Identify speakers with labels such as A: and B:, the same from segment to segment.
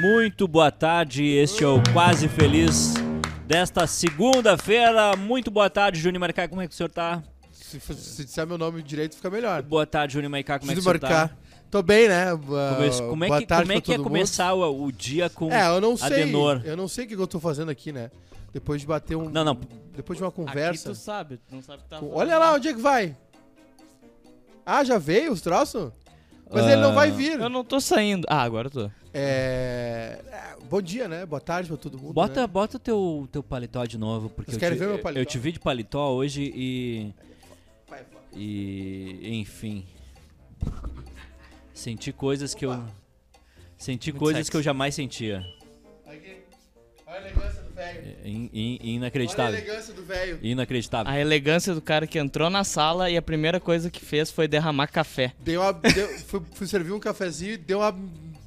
A: muito boa tarde. Este é o Quase Feliz desta segunda-feira. Muito boa tarde, Júnior Maricá. Como é que o senhor tá?
B: Se, f- se disser meu nome direito, fica melhor.
A: Boa tarde, Júnior Maricá. Como é que o
B: Preciso
A: senhor tá?
B: marcar. Tô bem, né?
A: Como, como é que, como é, que é começar o, o dia com
B: É, eu não sei.
A: Adenor?
B: Eu não sei o que eu tô fazendo aqui, né? Depois de bater um.
A: Não, não.
B: Depois de uma
C: Aqui
B: conversa.
C: tu sabe, tu não sabe o que tá
B: Com- Olha lá, onde é que vai? Ah, já veio os troços? Mas ele
A: Ah.
B: não vai vir.
C: Eu não tô saindo. Ah, agora eu tô.
B: É... é, Bom dia, né? Boa tarde pra todo mundo.
A: Bota
B: Né?
A: bota o teu, teu paletó de novo, porque
B: Vocês
A: eu
B: querem
A: te,
B: ver meu paletó?
A: eu te vi de paletó hoje e.
B: Vai, vai.
A: E. Enfim. Senti coisas que eu. Senti
C: Muito
A: coisas
C: sexy.
A: que eu jamais sentia.
B: Aqui. Olha a elegância do velho.
A: In- in-
B: Olha a
A: inacreditável.
B: elegância do velho.
A: Inacreditável.
C: A elegância do cara que entrou na sala e a primeira coisa que fez foi derramar café.
B: Dei uma, deu- fui, fui servir um cafezinho e deu uma,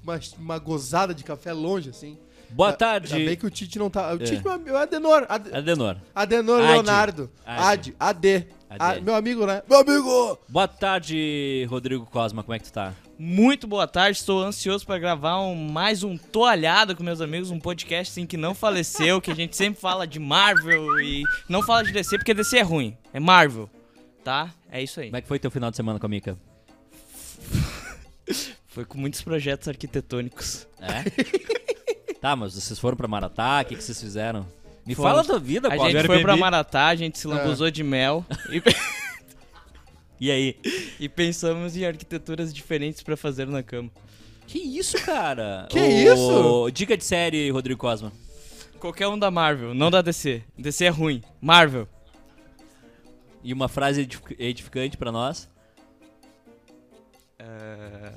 B: uma, uma gozada de café longe, assim.
A: Boa
C: Ah,
B: Ainda- Ainda bem
A: tarde,
B: que o Tite não tá. O Tite é meu Adenor. Ad-
A: Adenor.
B: Adenor
A: Ad.
B: Leonardo.
A: Ad.
B: Ad. AD.
A: AD.
B: Ah, meu amigo, né? Meu amigo!
A: Boa tarde, Rodrigo Cosma. Como é que tu tá?
C: Muito boa tarde, estou ansioso pra gravar um, mais um Toalhada com meus amigos, um podcast assim que não faleceu, que a gente sempre fala de Marvel e não fala de DC porque DC é ruim, é Marvel, tá? É isso aí.
A: Como é que foi teu final de semana com a Mica?
C: Foi com muitos projetos arquitetônicos.
A: É? tá, mas vocês foram pra Maratá? O que, que vocês fizeram? Me
C: Fomos.
A: fala da vida,
C: A
A: Cosma.
C: gente foi pra Maratá, a
B: Ah.
C: gente se lambuzou de mel e
A: E aí?
C: E pensamos em arquiteturas diferentes pra fazer na cama.
A: Que isso, cara?
B: Que
A: Ô, Dica de série, Rodrigo Cosma.
C: Qualquer um da Marvel, não da DC. DC é ruim. Marvel.
A: E uma frase edific- edificante pra nós.
B: É,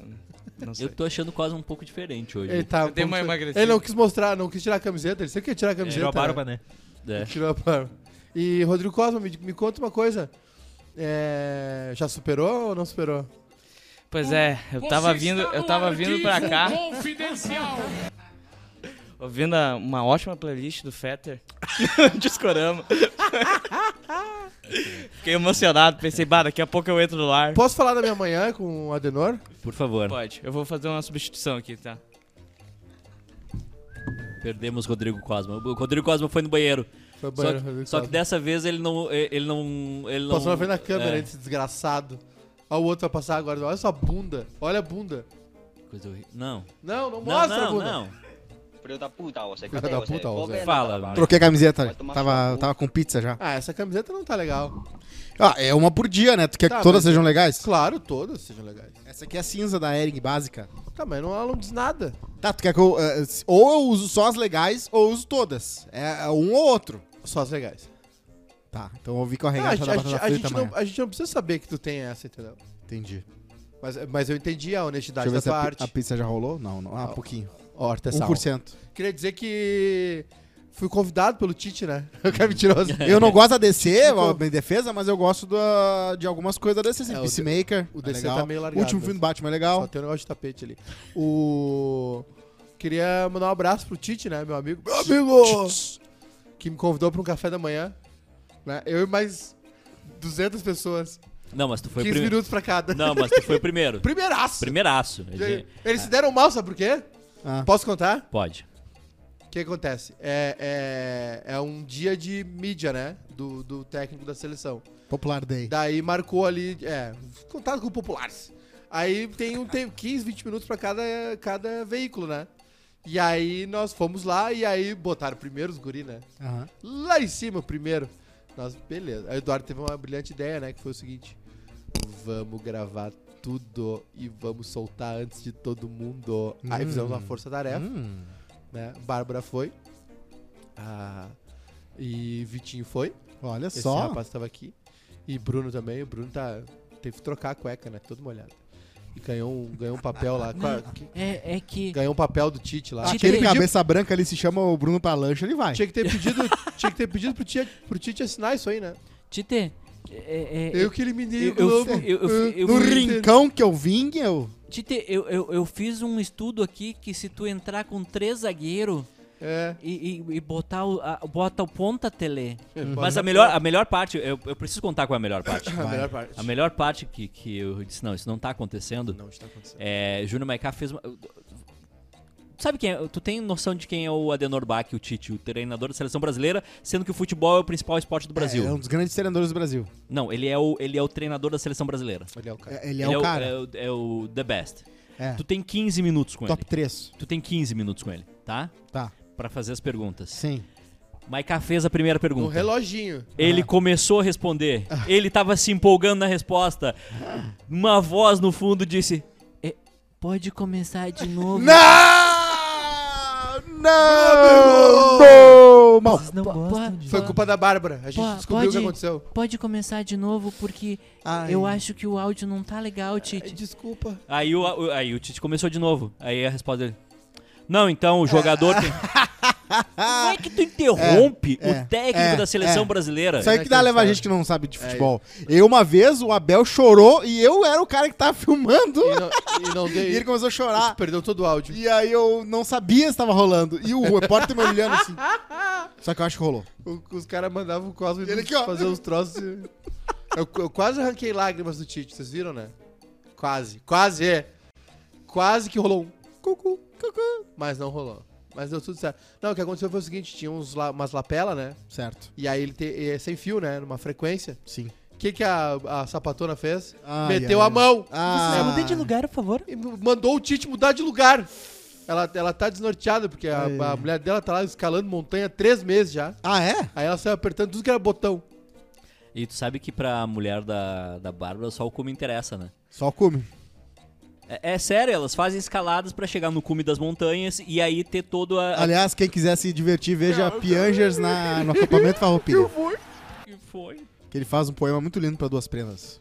C: Não sei.
A: Eu tô achando o Cosma um pouco diferente hoje.
B: Ele tá.
C: Eu dei uma
B: como-
C: emagrecida.
B: Ele não quis mostrar, não quis tirar a camiseta. Ele sempre quer tirar a camiseta.
D: Tirou a barba,
C: tá.
B: né?
D: né?
A: É.
B: Tirou a barba. E Rodrigo Cosma, me, me conta uma coisa. É, já superou ou não superou?
C: Pois é, eu tava vindo, eu tava vindo pra cá. Ouvindo a- uma ótima playlist do Fetter. Discorama. Fiquei emocionado, pensei, bah, daqui a pouco eu entro no ar.
B: Posso falar da minha manhã com o Adenor?
A: Por favor.
C: Pode, eu vou fazer uma substituição aqui, tá?
A: Perdemos Rodrigo Cosma. O Rodrigo Cosma foi no banheiro.
B: Foi
A: Só
B: banheiro,
A: que,
B: Rodrigo
A: só que
B: Cosma.
A: dessa vez ele não. Ele não. Ele não
B: Passou na frente da câmera,
A: é.
B: esse desgraçado. Olha o outro vai passar agora. Olha sua bunda. Olha a bunda.
A: Coisa horrível. Não.
B: Não, não
A: Não,
B: mostra a
A: não,
B: bunda.
A: não.
E: Filho da puta, ô, você.
B: Filho
E: Cadê
B: da
E: você?
B: puta, ô,
E: Tô
B: Zé.
E: vendo,
A: Fala,
E: trabalho.
D: Troquei a camiseta.
E: Vai tomar
D: Tava,
E: shampoo.
D: tava com pizza já.
B: Ah, essa camiseta não tá legal.
D: Ah, é uma por dia, né? Tu quer
B: Tá,
D: que todas
B: mas-
D: sejam legais?
B: Claro, todas sejam legais.
D: Essa aqui é a cinza da Ering básica.
B: Tá, mas não, ela não diz nada.
D: Tá, tu quer que eu. eh, se- ou eu uso só as legais, ou eu uso todas. É é um ou outro.
B: Só as legais.
D: Tá, então eu vi com a
B: Ah, a,
D: regata
B: gente-
D: da
B: a
D: batata
B: gente- a
D: frita
B: gente não,
D: amanhã.
B: a gente não precisa saber que tu tem essa, entendeu?
D: Entendi.
B: Mas, mas eu entendi a
D: Deixa
B: honestidade
D: eu ver
B: da
D: se
B: tua
D: a, pi-
B: arte.
D: a pizza já rolou. Não, não. Ah, pouquinho.
B: Ó, artesanal.
D: 1%.
B: Queria dizer que fui convidado pelo Tite, né?
D: Tá
B: O cara mentiroso.
D: Eu não gosto da DC, ó, em defesa, mas eu gosto da- de algumas coisas da DC. assim,
B: É, o
D: Peacemaker.
B: o
D: é
B: DC tá
D: legal.
B: meio
D: O
B: largado,
D: último filme do Batman é legal.
B: Só tem um negócio de tapete ali. O. Queria mandar um abraço pro Tite, né, meu amigo? Meu amigo! Que me convidou pra um café da manhã. Né? Eu e mais 200 pessoas.
A: Não, mas tu foi
B: 15
A: primeiro.
B: minutos pra cada.
A: Não, mas tu foi o primeiro.
B: Primeiraço!
A: Primeiraço. A gente- é.
B: Eles se deram mal, sabe por quê?
D: Ah.
B: Posso contar?
A: Pode.
B: O que acontece? É, é, é um dia de mídia, né? Do, do técnico da seleção.
D: Popular Day.
B: Daí marcou ali, é, contato com populares. Aí tem, um, tem 15, 20 minutos pra cada, cada veículo, né? E aí nós fomos lá e aí botaram primeiro os guri, né?
D: Aham.
B: Lá em cima, primeiro. Nós, beleza. Aí o Eduardo teve uma brilhante ideia, né? Que foi o seguinte: vamos gravar tudo e vamos soltar antes de todo mundo. Aí
D: Hum.
B: fizemos uma força-tarefa,
D: Hum.
B: né? Bárbara foi. Ah, e Vitinho foi.
D: Olha
B: Esse
D: só.
B: rapaz tava aqui. E Bruno também. O Bruno tá. Teve que trocar a cueca, né? Todo molhado. E ganhou um, ganhou um papel lá. Qual- que-
A: É, é que.
B: Ganhou um papel do Tite lá.
D: Aquele
B: Tinha que pedir-
D: cabeça branca ali se chama o Bruno Palancha, ele vai.
B: Tinha que ter pedido, tinha que ter pedido pro, Tite, pro Tite assinar isso aí, né?
A: Tite. É,
B: Eu que eliminei
A: eu-
B: o Globo.
A: eu- eu- eu- eu-
D: No
A: eu-
D: rincão que eu vim, eu.
A: é, Tite, eu, eu, eu fiz um estudo aqui que se tu entrar com três zagueiros
B: É.
A: e, e, e botar o, a- bota o ponta tele. Mas
B: Bota-
A: a melhor, a melhor parte, eu, eu preciso contar qual é a melhor parte.
B: A melhor parte.
A: A melhor parte que, que eu disse, não, isso não tá acontecendo.
B: Não está acontecendo.
A: É, Júnior Maiká fez uma. sabe quem é? Tu tem noção de quem é o Adenor Bach, o Tite, o treinador da seleção brasileira, sendo que o futebol é o principal esporte do Brasil.
D: É um dos grandes treinadores do Brasil.
A: Não, ele é o, ele é o treinador da seleção brasileira.
B: Olha o cara.
D: É- Ele é o cara.
A: é o, é o The Best.
D: É.
A: Tu tem 15 minutos com
D: Top
A: ele.
D: 3.
A: Tu tem 15 minutos com ele, tá?
D: Tá.
A: Pra fazer as perguntas.
D: Sim.
A: Maiká fez a primeira
B: Um
A: pergunta.
B: reloginho.
D: Ah.
A: Ele começou a responder. Ele tava se empolgando na resposta. Uma voz no fundo disse: "É, Pode começar de novo.
D: Não! Não! Mal.
A: Não gostam de
B: Foi culpa da Bárbara. A gente
F: Pô,
B: descobriu o que
F: pode-
B: aconteceu.
F: Pode começar de novo, porque
D: Ai.
F: eu acho que o áudio não tá legal, Titi.
B: Desculpa.
A: Aí o, o- aí o Tite começou de novo. Aí a resposta dele. Não, então o jogador tem. Como é que tu interrompe
D: É, é,
A: o técnico
D: é,
A: da seleção
D: é.
A: brasileira?
D: Isso aí que dá a levar gente que não sabe de futebol. Eu, uma vez, o Abel chorou e eu era o cara que tava filmando.
B: E não, e não
D: E
B: dei.
D: ele começou a chorar.
B: Perdeu todo o áudio.
D: E aí eu não sabia se tava rolando. E o repórter me olhando assim. Só que eu acho que rolou.
B: O- os caras mandavam o Cosmo
D: Ele aqui, ó.
B: fazer uns troços. e- Eu, eu quase arranquei lágrimas do Tite, vocês viram, né? Quase, quase é. Quase que rolou um cucu, cucu, mas não rolou. Mas deu tudo certo. Não, o que aconteceu foi o seguinte, tinha uns la- umas lapela, né?
D: Certo.
B: E aí ele te- e é sem fio, né? Numa frequência.
D: Sim.
B: O que, que a, a sapatona fez?
D: Ai,
B: Meteu
D: ai.
B: a mão
D: Ah,
F: por favor.
B: e mandou o Tite mudar de lugar. Ela, ela tá desnorteada, porque a,
D: Ai.
B: a mulher dela tá lá escalando montanha há três meses já.
D: Ah, é?
B: Aí ela saiu apertando tudo que era botão.
A: E tu sabe que pra mulher da, da Bárbara só o cume interessa, né?
D: Só come.
A: É, é sério, elas fazem escaladas pra chegar no cume das montanhas e aí ter todo a.
D: Aliás, quem quiser se divertir, veja Piangers na, no acampamento Farroupilha.
A: que foi?
D: Que ele faz um poema muito lindo pra duas prendas.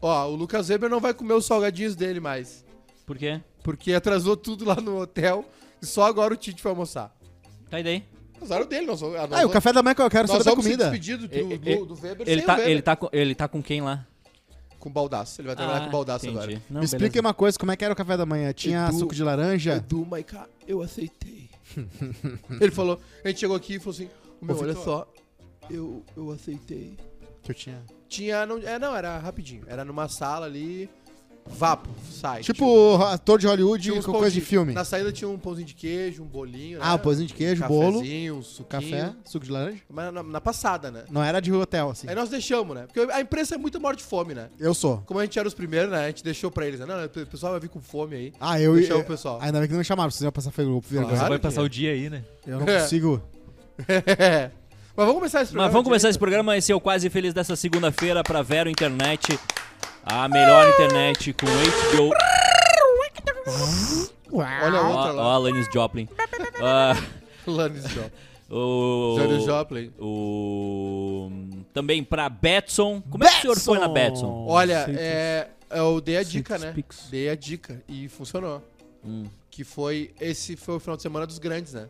B: Ó, o Lucas Weber não vai comer os salgadinhos dele mais.
A: Por quê?
B: Porque atrasou tudo lá no hotel e só agora o Tite foi almoçar.
A: Tá aí daí.
B: Azar o dele, nós vamos.
D: Ah, e o café da manhã que eu quero
B: nós
D: saber da
B: vamos
D: comida.
B: se despedir do,
A: E-
B: do,
A: e-
B: do Weber
A: Ele
B: sem
A: tá,
B: o Weber.
A: ele, tá Ah, com, ele tá com quem lá?
B: Com baldaço. Ele vai trabalhar com baldaço agora.
A: Não,
D: Me explica uma coisa, como é que era o café da manhã? Tinha
B: Edu-
D: suco de laranja?
B: Edu, Maiká, eu aceitei. ele falou, a gente chegou aqui e falou assim: meu,
D: Ô,
B: olha
D: Vitor.
B: só, eu, eu aceitei.
D: Que eu tinha.
B: Tinha. Não, é, não, era rapidinho. Era numa sala ali. Vapo, sai.
D: Tipo, ator de Hollywood
B: uns
D: com
B: pão
D: coisa de filme.
B: Na saída tinha um pãozinho de queijo, um bolinho.
D: Ah,
B: né?
D: o pãozinho de queijo, bolo,
B: Cafezinho, um suquinho.
D: café, suco de laranja.
B: Mas na, na passada, né?
D: Não era de hotel, assim.
B: Aí nós deixamos, né? Porque a imprensa é muito maior de fome, né?
D: Eu sou.
B: Como a gente era os primeiros, né? A gente deixou pra eles, né? Não, o pessoal vai vir com fome aí.
D: Ah, eu
B: Deixa
D: ia.
B: o pessoal.
D: Ainda bem que não me chamaram, vocês iam passar vergonha.
B: Claro
G: Vai
B: que
G: passar
B: é.
G: o dia aí, né?
D: Eu não consigo.
B: Mas vamos começar esse programa.
A: Mas vamos começar
B: direito.
A: esse programa, esse é o Quase Feliz dessa segunda-feira pra Vero Internet, a melhor internet com HBO.
B: Olha a
A: Ah, Ó,
B: outra lá.
A: ó, Alanis Joplin. Ah,
B: Lannis Joplin. Janis
A: o, Hum,
B: Joplin.
A: o também pra Betson. Como é que o senhor foi na Betson?
B: Olha, é, eu dei a dica, né?
F: Pix.
B: Dei a dica e funcionou.
A: Hum.
B: Que foi. Esse foi o final de semana dos grandes, né?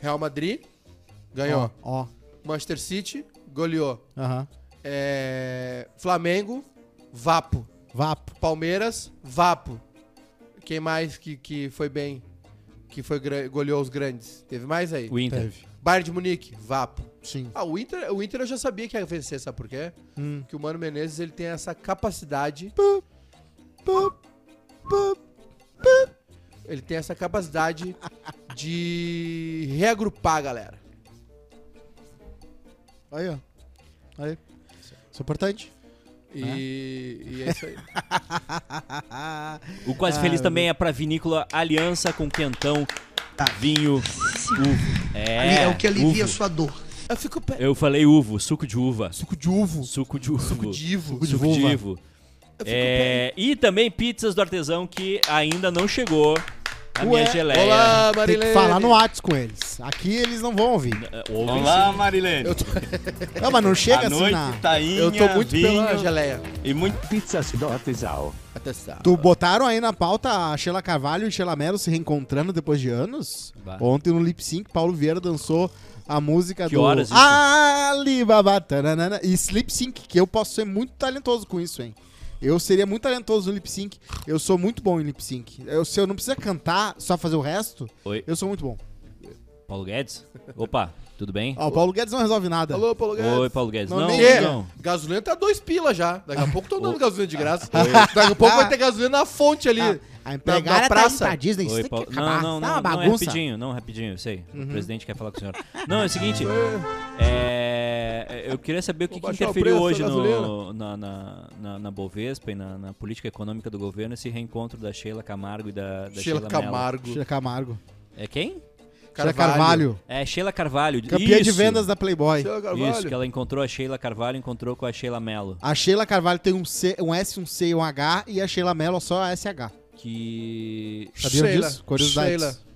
B: Real Madrid ganhou.
D: Ó. ó.
B: Manchester City goleou.
D: Aham.
B: É, Flamengo, Vapo.
D: Vapo.
B: Palmeiras, Vapo. Quem mais que, que foi bem? Que foi gra- goleou os grandes? Teve mais aí?
A: O Inter.
D: Teve.
B: Bayern de Munique, Vapo.
D: Sim.
B: Ah, o Inter, o Inter eu já sabia que ia vencer, sabe por quê?
D: Hum.
B: Que o Mano Menezes ele tem essa capacidade. Ele tem essa capacidade de reagrupar a galera.
D: Aí, ó. Aí. Isso é importante.
B: E, e é isso aí.
A: O Quase Feliz também é pra Vinícola Aliança com Quentão, vinho, uvo. É,
H: é o que alivia a
A: uvo.
H: sua dor.
B: Eu fico pe...
A: Eu falei uvo, suco de uva.
D: Suco de uvo.
A: Suco de uva. Suco
B: divo.
A: Suco
D: de
A: de
D: vulva.
A: uvo.
B: Eu fico
A: É, e também pizzas do artesão que ainda não chegou. A
D: Ué,
A: minha geleia.
B: pe... Olá,
D: Tem
B: Marilene.
D: que falar no Whats com eles. Aqui eles não vão ouvir.
A: É, ouve
G: Olá, Marilene.
D: Não, mas não chega
G: A
D: assim
G: noite
D: na.
G: tá aí.
B: Eu tô muito
G: vinho
B: pela geleia.
G: e muito pizzas do artesão.
B: Atestar.
D: Tu botaram aí na pauta a Sheila Carvalho e Sheila Mello se reencontrando depois de anos?
A: Bah.
D: Ontem no Lip Sync, Paulo Vieira dançou a música
A: Que
D: do
A: horas isso?
D: Alibaba tananana, e esse Lip Sync, que eu posso ser muito talentoso com isso, hein? Eu seria muito talentoso no Lip Sync. Eu sou muito bom em Lip Sync. Eu, se eu não precisar cantar, só fazer o resto,
A: Oi.
D: eu sou muito bom.
A: Paulo Guedes? Opa, Tudo bem?
D: Ó, o Paulo Guedes não resolve nada.
B: Alô, Paulo Guedes.
A: Oi, Paulo Guedes.
D: Não,
A: Não,
D: nem
B: Quê?
D: ele.
A: não.
B: Gasolina tá dois pila já. Daqui a pouco estão dando gasolina de graça. Daqui a pouco vai ter gasolina na fonte ali.
D: Tá. A empregada
B: Na- na praça.
D: tá indo pra Disney, isso
A: Oi,
D: tem
A: Paulo.
D: que
A: Não,
D: acabar.
A: não,
D: tá
A: não, não,
D: uma
A: é
D: bagunça. Uhum.
A: rapidinho, não, rapidinho, eu sei. O presidente quer falar com o senhor. Não, é o seguinte. é, eu queria saber o que,
B: Vou
A: que
B: baixar o
A: interferiu
B: preço
A: hoje
B: da
A: no-
B: gasolina.
A: na, na, na, na Bovespa e na, na política econômica do governo esse reencontro da Sheila Camargo e da, da
B: Sheila
A: Mello.
B: Camargo.
D: Sheila Camargo.
A: É quem?
D: Sheila Carvalho.
A: É Sheila Carvalho.
D: Campeã de
A: Isso.
D: vendas da Playboy.
B: Sheila
A: Isso, que
B: Carvalho.
A: ela encontrou a Sheila Carvalho, encontrou com a Sheila Mello.
D: A Sheila Carvalho tem um, C, um S, um C e um H. E a Sheila Mello só a SH.
A: Que.
D: Sabiam
B: Sheila.
D: disso? Curiosidades.
B: Sheila.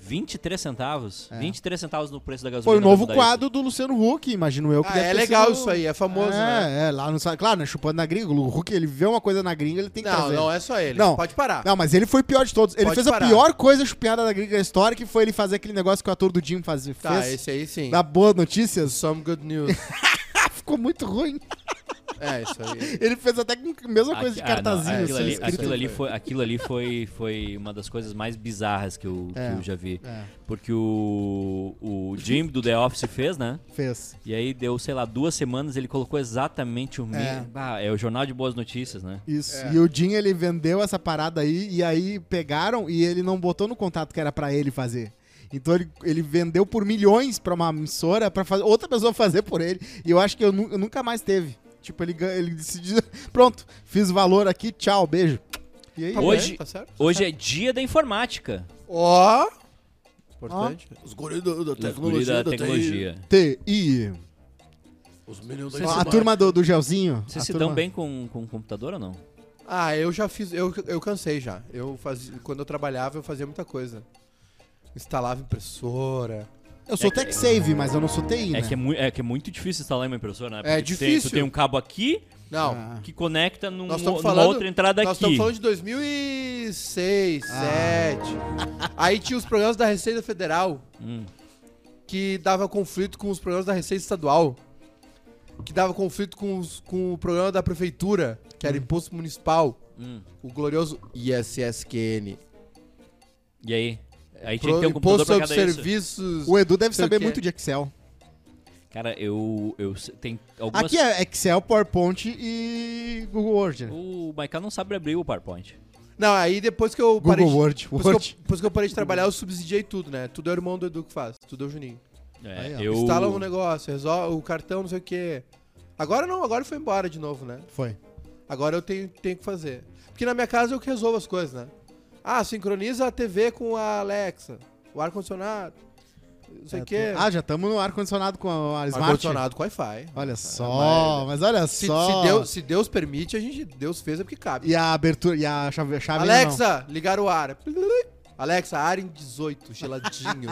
A: 23 centavos?
B: É.
A: 23 centavos no preço da gasolina.
D: Foi o novo
A: da Hyundai.
D: quadro do Luciano Huck, imagino eu. Que
B: Ah,
D: deve
B: é
D: ter
B: legal
D: sido- um-
B: isso aí, é famoso,
D: é,
B: né?
D: É, lá no... Claro, né? Chupando na gringa. O Huck, ele vê uma coisa na gringa, ele tem que
B: Não,
D: trazer.
B: não é só ele.
D: Não.
B: Pode parar.
D: Não, mas ele foi o pior de todos. Ele
B: Pode
D: fez
B: parar.
D: a pior coisa chupiada da gringa da história, que foi ele fazer aquele negócio que o ator do Jim faz,
B: Tá,
D: fez.
B: esse aí sim.
D: Da Boas Notícias.
B: Some good news.
D: Ficou muito ruim.
B: é, isso aí.
D: Ele fez até com a mesma coisa de
A: Aqui- ah, não,
D: cartazinho.
A: aquilo,
D: assim,
A: ali,
D: escrito.
A: aquilo ali foi, aquilo ali foi, foi uma das coisas mais bizarras que eu, que
D: É.
A: eu já vi.
D: É.
A: Porque o, o Jim do The Office fez, né?
D: Fez.
A: E aí deu, sei lá, duas semanas, ele colocou exatamente o mesmo.
D: É.
A: É. é o Jornal de Boas Notícias, né?
D: Isso. E o Jim, ele vendeu essa parada aí, e aí pegaram, e ele não botou no contato que era pra ele fazer. Então ele, ele vendeu por milhões pra uma emissora, pra fazer, outra pessoa fazer por ele. E eu acho que eu, nu- eu nunca mais teve. Tipo, ele, gan- ele decidiu, pronto, fiz o valor aqui, tchau, beijo. E aí,
B: Tá
A: Hoje-
B: bem, tá certo?
A: Hoje é dia da informática.
B: Ó. Importante. Os guris do- da
A: Os guri da tecnologia.
D: TI.
B: Os meninos da
D: A
B: informática.
D: turma do, do Gelzinho.
A: Vocês
D: a
A: se
D: turma-
A: dão bem com, com o computador ou não?
B: Ah, eu já fiz, eu, eu cansei já. Eu fazia, quando eu trabalhava, eu fazia muita coisa. Instalava impressora.
D: Eu sou tech save, mas eu não sou TI,
A: É
D: né?
A: que é, mui- é que é muito difícil instalar uma impressora, né?
B: É
A: Porque tu tem-
B: difícil.
A: tu tem um cabo aqui
B: Não,
D: Ah.
A: que conecta num,
B: Nós estamos
A: numa
B: falando-
A: outra entrada
B: nós
A: aqui.
B: estamos falando de 2006,
A: Ah.
B: 2007. Aí tinha os programas da Receita Federal
A: Hum.
B: que dava conflito com os programas da Receita Estadual. Que dava conflito com, os- com o programa da Prefeitura, que era Imposto Municipal.
A: Hum.
B: O glorioso ISSQN.
A: E aí? Aí tinha
B: Pro-
A: que ter um computador
B: Imposto
A: pra
B: sobre
A: cada isso.
B: Serviços.
D: O Edu deve
B: Sei o
D: saber
B: quê.
A: é.
D: muito de Excel.
A: Cara, eu. eu se- tem algumas.
D: Aqui é Excel, PowerPoint e Google Word, né?
A: O Michael não sabe abrir o PowerPoint.
B: Não, aí depois que eu
D: Google
B: parei de-
D: Word,
B: Por isso,
D: Word.
B: que eu, por isso que eu parei de trabalhar, eu subsidiei tudo, né? Tudo é o irmão do Edu que faz, tudo é o Juninho.
A: É,
D: Aí, ó.
A: eu.
B: Instala um negócio, resolve o cartão, não sei o quê. Agora não, agora foi embora de novo, né?
D: Foi.
B: Agora eu tenho, tenho que fazer. Porque na minha casa eu que resolvo as coisas, né? Ah, sincroniza a TV com a Alexa, o ar-condicionado, não sei o quê.
D: Ah, já estamos no ar-condicionado com a, a Smart.
B: É. ar-condicionado com Wi-Fi.
D: Olha só, mas olha
B: Se,
D: só.
B: se Deus, se Deus permite, a gente, Deus fez é porque cabe.
D: E a abertura, e a chave, a chave não.
B: Alexa, ligar o ar. Alexa, ar em 18, geladinho.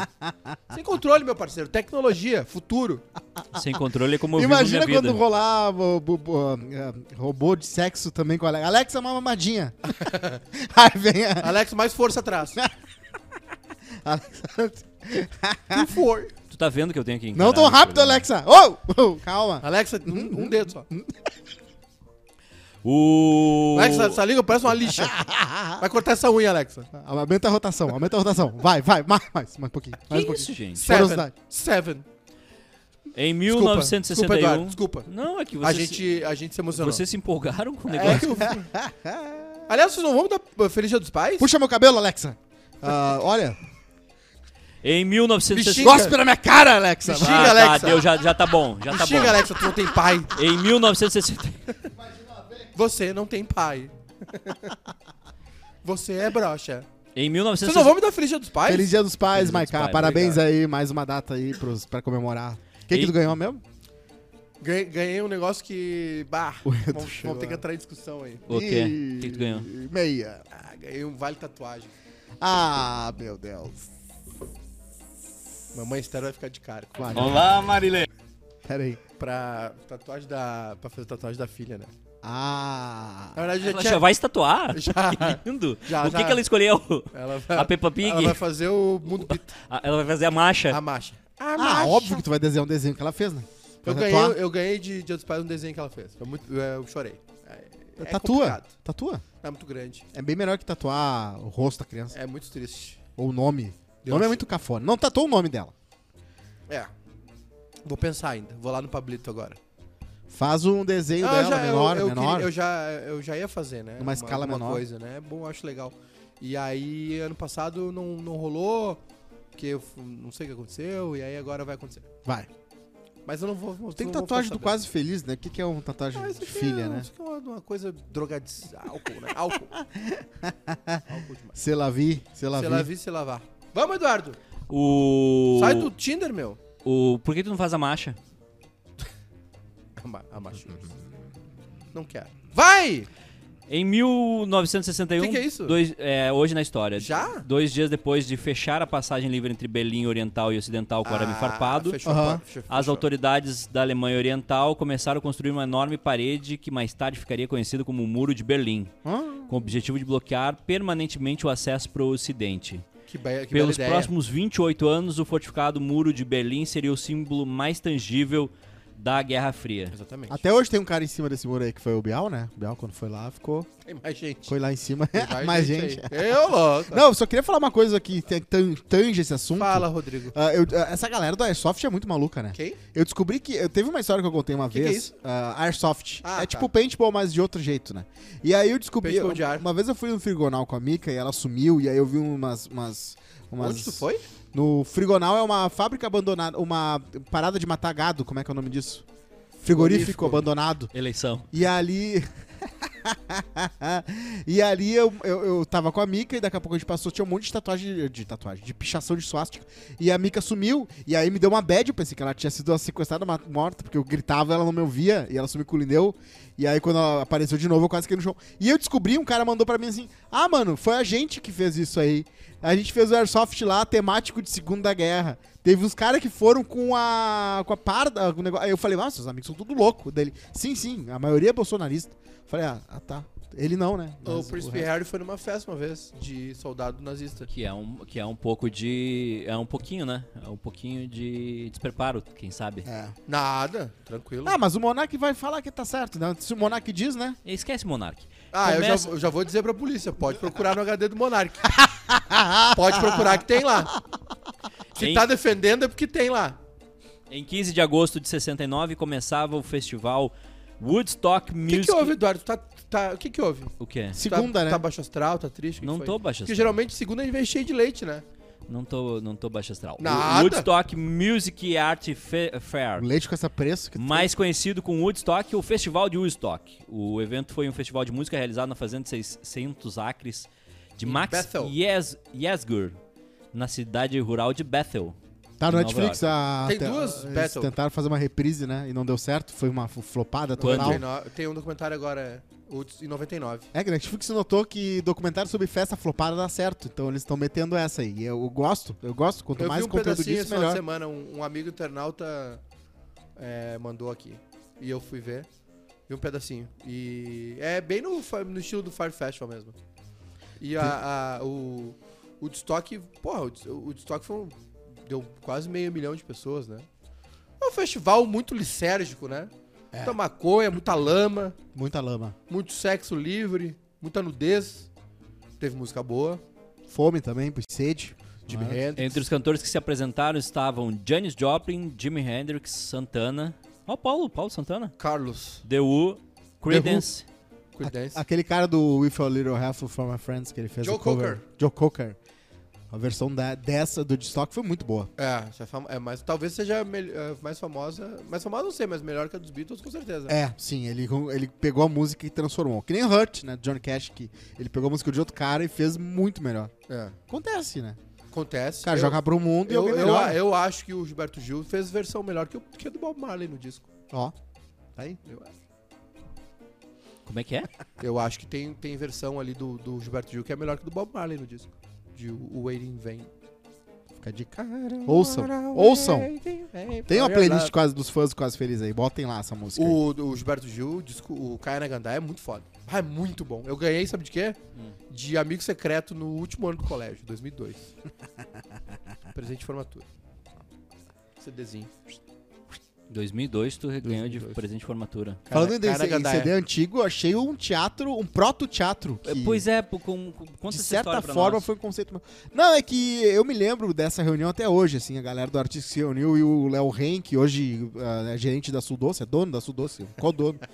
B: Sem controle, meu parceiro. Tecnologia, futuro.
A: Sem controle é como eu
D: Imagina
A: vivo minha
D: quando
A: vida.
D: rolar bo- bo- bo- eh, robô de sexo também com a Alexa. Alexa, uma mamadinha. Aí vem a
B: Alexa, mais força atrás.
D: Alexa.
B: Que for.
A: Tu tá vendo que eu tenho que
D: Não
A: encarar
D: tão
A: esse
D: rápido,
A: programa.
D: Alexa. Oh, oh, calma.
B: Alexa, um, um dedo só.
A: O.
B: Alexa, essa língua tá parece uma lixa. Vai cortar essa unha, Alexa.
D: Aumenta a rotação, aumenta a rotação. Vai, vai, mais, mais, mais um pouquinho. Mais um
A: Que
D: pouquinho.
A: isso, gente?
B: Seven.
D: Curiosidade.
B: Seven.
A: Em
B: Desculpa,
A: 1961.
B: Desculpa, Eduardo, desculpa.
A: Não, é que
B: A
A: vocês.
B: gente, a gente se emocionou.
A: Vocês se empolgaram com o
B: É
A: negócio.
B: que eu... Aliás, vocês não vão dar uh, Feliz Dia dos Pais?
D: Puxa meu cabelo, Alexa. Ah, olha.
A: Em
B: Bexiga.
A: 1961.
D: Cospe na minha cara, Alexa.
B: Me
D: Vai.
B: xinga,
A: tá,
B: Alexa.
A: deu, já, já tá bom, já
B: Me
A: tá
B: xinga,
A: bom.
B: Alexa, tu não tem pai.
A: Em 1960.
B: Você não tem pai. Você é broxa.
A: Em
B: Vocês
A: 1960.
B: não vão me dar Feliz Dia dos Pais?
D: Feliz Dia dos
A: Feliz
D: Pais,
A: Dia dos
D: Maiká.
A: Pais,
D: Parabéns aí, mais uma data aí pros, pra comemorar. O que, que
A: E-
D: tu ganhou mesmo?
B: Ganhei, ganhei um negócio que. Bah,
D: O Edu
B: vamos,
D: chegou.
B: vamos ter que entrar em discussão aí.
A: O quê? O que que tu ganhou?
D: Meia.
B: Ah, ganhei um vale tatuagem.
D: Ah, meu Deus.
B: Mamãe Esther vai ficar de cara.
D: Vai,
G: Olá, Marilene.
D: pera aí.
B: Pra, tatuagem da, pra fazer tatuagem da filha, né? Na
D: Ah.
B: verdade, eu já
A: Ela
B: tinha.
A: já vai se tatuar?
B: Já.
A: Que lindo.
B: Já,
A: o que,
B: já.
A: que ela escolheu?
B: Ela vai,
A: A Peppa Pig?
B: ela vai fazer o mundo bit,
A: A- Ela vai fazer a marcha.
B: a marcha.
D: Ah, óbvio que tu vai desenhar um desenho que ela fez, né?
B: Eu
D: Vai tatuar.
B: ganhei, eu ganhei de Dia dos Pais um desenho que ela fez. Foi muito, eu chorei. É, é
D: Tatua.
B: complicado.
D: Tatua.
B: É muito grande.
D: É bem melhor que tatuar o rosto da criança.
B: É muito triste.
D: Ou o nome. O
B: Eu
D: nome é
B: acho-
D: muito cafona. Não tatuou o nome dela.
B: É. Vou pensar ainda. Vou lá no Pablito agora.
D: Faz um desenho dela, menor,
B: Ah, eu, eu
D: menor.
B: queria- eu já, eu já ia fazer, né?
D: Numa escala
B: alguma
D: menor.
B: coisa, né? É Bom, eu acho legal. E aí, ano passado não, não rolou, porque eu f- não sei o que aconteceu, e aí agora vai acontecer.
D: Vai.
B: Mas eu não vou. não
D: Tem
B: vou
D: tatuagem
B: ficar
D: do
B: sabendo.
D: quase feliz, né? O que, que é uma tatuagem
B: Ah, isso
D: de
B: aqui é-
D: filha, né?
B: Isso aqui é uma, uma coisa drogadiz... álcool, né? Álcool. álcool demais.
D: Se la vi, se la
B: Se lavar,
D: vi.
B: se lavar. Vamos, Eduardo!
A: O.
B: Sai do Tinder, meu!
A: O... Por que tu não faz a marcha?
B: Ama- Amachinhos. Não quero. Vai!
A: Em 1961.
B: Que que é isso?
A: Dois, é, hoje na história.
B: Já?
A: Dois dias depois de fechar a passagem livre entre Berlim Oriental e Ocidental com arame
B: Ah,
A: é farpado,
B: Fechou,
D: Aham.
B: a porta, fechou,
A: as
B: fechou.
A: autoridades da Alemanha Oriental começaram a construir uma enorme parede que mais tarde ficaria conhecida como o Muro de Berlim,
D: Hã?
A: com o objetivo de bloquear permanentemente o acesso para o Ocidente.
B: Que, be que bela
A: Pelos
B: ideia.
A: próximos 28 anos, o fortificado Muro de Berlim seria o símbolo mais tangível da Guerra Fria.
B: Exatamente.
D: Até hoje tem um cara em cima desse muro aí que foi o Bial, né? O Bial, quando foi lá, ficou.
B: Tem mais gente.
D: Foi lá em cima.
B: Vai
D: Mas, gente.
B: aí. Eu louco.
D: Não, eu só queria falar uma coisa que tem- tan- tange esse assunto.
B: Fala, Rodrigo.
D: Ah, eu- ah, essa galera do Airsoft é muito maluca, né?
B: Quem?
D: Eu descobri que. Eu teve uma história que eu contei uma
B: Que que
D: vez.
B: é isso?
D: ah, Airsoft.
B: Ah,
D: é
B: tá.
D: tipo paintball, mas de outro jeito, né? E aí eu descobri.
B: Paintball
D: eu-
B: de ar.
D: Uma vez eu fui no frigonal com a Mica e ela sumiu, e aí eu vi umas. umas, umas
B: Onde tu foi?
D: No frigonal é uma fábrica abandonada, uma parada de matar gado, como é que é o nome disso? Frigorífico
B: Frigorífico.
D: abandonado.
A: Eleição.
D: E ali. e ali eu, eu, eu tava com a Mica e daqui a pouco a gente passou, tinha um monte de tatuagem, de- de tatuagem, de pichação de suástica. E a Mica sumiu, e aí me deu uma bad, eu pensei que ela tinha sido sequestrada, ma- morta, porque eu gritava, ela não me ouvia, e ela sumiu com o Lineu. E aí quando ela apareceu de novo, eu quase caí no chão. E eu descobri, um cara mandou pra mim assim, ah, mano, foi a gente que fez isso aí. A gente fez o Airsoft lá, temático de Segunda Guerra. Teve uns caras que foram com a. com a parda, com o negócio. Aí eu falei, nossa, seus amigos são tudo louco. Dele, sim, sim, a maioria é bolsonarista. Falei, ah, ah, tá. Ele não, né?
B: O
D: Mas
B: Príncipe
D: resto-
B: Harry foi numa festa uma vez de soldado nazista.
A: Que é um, que é um pouco de. É um pouquinho, né? É um pouquinho de despreparo, quem sabe.
D: É.
B: Nada, tranquilo.
D: Ah, mas o Monark vai falar que tá certo, né? Se o Monark diz, né?
B: É.
A: Esquece o Monark.
B: Ah, eu já-
A: começa-
B: eu, já, vou dizer pra polícia, pode procurar no HD do Monark. pode procurar que tem lá. Se
A: Hein?
B: tá defendendo é porque tem lá.
A: Em 15 de agosto de 69 começava o festival Woodstock
B: O que,
A: Music.
B: que houve, Eduardo? Tá, tá- o que que houve?
A: O quê?
D: Segunda,
B: tá,
D: né?
B: Tá baixo astral, tá triste? O que
A: Não
B: foi?
A: tô baixo
B: Porque
A: astral.
B: geralmente segunda a gente vem cheio de leite, né?
A: Não tô, não tô baixo astral. O
B: Nada.
A: Woodstock Music Art Fe- Fair.
D: O leite com essa preço. Que...
A: Mais conhecido como Woodstock, o Festival de Woodstock. O evento foi um festival de música realizado na fazenda de 600 acres de
B: Em
A: Max
B: Bethel.
A: Yes, Yesgur, na cidade rural de Bethel.
D: Tá no
A: Nova
D: Netflix
A: York.
D: a.
B: Tem
D: te-
B: duas
D: eles
B: Battle.
D: Tentaram fazer uma reprise, né? E não deu certo. Foi uma f- flopada
A: Quando?
D: total.
B: Tem no- Tem um documentário agora, o de- em 99.
D: É, que Netflix notou que documentário sobre festa flopada dá certo, então eles estão metendo essa aí. E Eu gosto, eu gosto. Quanto
B: eu
D: mais
B: vi um
D: conteúdo
B: pedacinho
D: disso,
B: esse final de
D: melhor.
B: semana, um, um amigo internauta é, mandou aqui. E eu fui ver. Vi um pedacinho. E é bem no, fa- no estilo do Fire Festival mesmo. E a, a- o, o Woodstock, porra, o Woods- o Woodstock foi um, deu quase meio milhão de pessoas, né? É um festival muito licérgico, né?
D: É.
B: Muita maconha, muita lama,
D: Muita lama.
B: muito sexo livre, muita nudez. Teve música boa,
D: Fome também, por sede.
B: Jimi
D: Claro.
B: Hendrix.
A: Entre os cantores que se apresentaram estavam Janis Joplin, Jimi Hendrix, Santana. Ó, o Paulo, Paulo Santana.
B: Carlos,
A: The Who, Creedence,
B: Creedence.
D: Aquele cara do With a Little Help from My Friends que ele fez.
B: Joe
D: o cover. Joe Cocker. A versão da- dessa do Woodstock foi muito boa.
B: É, já é fam- é, mas talvez seja mel- é, mais famosa. Mais famosa não sei, mas melhor que a dos Beatles, com certeza.
D: É, sim, ele, ele pegou a música e transformou. Que nem Hurt, né? do John Cash, que ele pegou a música de outro cara e fez muito melhor.
B: É.
D: Acontece, né?
B: Acontece.
D: O cara
B: eu,
D: joga pro mundo e
B: eu,
D: alguém
B: eu,
D: melhor.
B: eu acho que o Gilberto Gil fez versão melhor que, o, que a do Bob Marley no disco.
D: Ó, tá aí.
B: Eu,
A: Como é que é?
B: eu acho que tem, tem versão ali do, do Gilberto Gil que é melhor que do Bob Marley no disco. De o Waiting Vem.
D: Fica a dica. Ouçam, ouçam. Tem uma playlist quase dos fãs quase felizes aí. Botem lá essa música. aí.
B: É O, o Gilberto Gil, o disco, o Kayana Gandai é muito foda. Ah, é muito bom. Eu ganhei, sabe de quê? De amigo secreto no último ano do colégio, 2002. Presente de formatura. CDzinho.
A: 2002 tu ganhou de
B: 2002.
A: presente de formatura.
D: Falando em,
B: cara, é
D: CD em
B: Gadaia.
D: CD antigo, eu achei um teatro, um proto-teatro. que-
A: Pois é, pô, com, com, conta
D: de
A: essa
D: certa
A: história pra
D: forma
A: nós.
D: foi um conceito meu. não é que eu me lembro dessa reunião até hoje assim a galera do artista se reuniu e o Léo Ren que hoje ah, é gerente da Sudoce é dono da Sudoce qual dono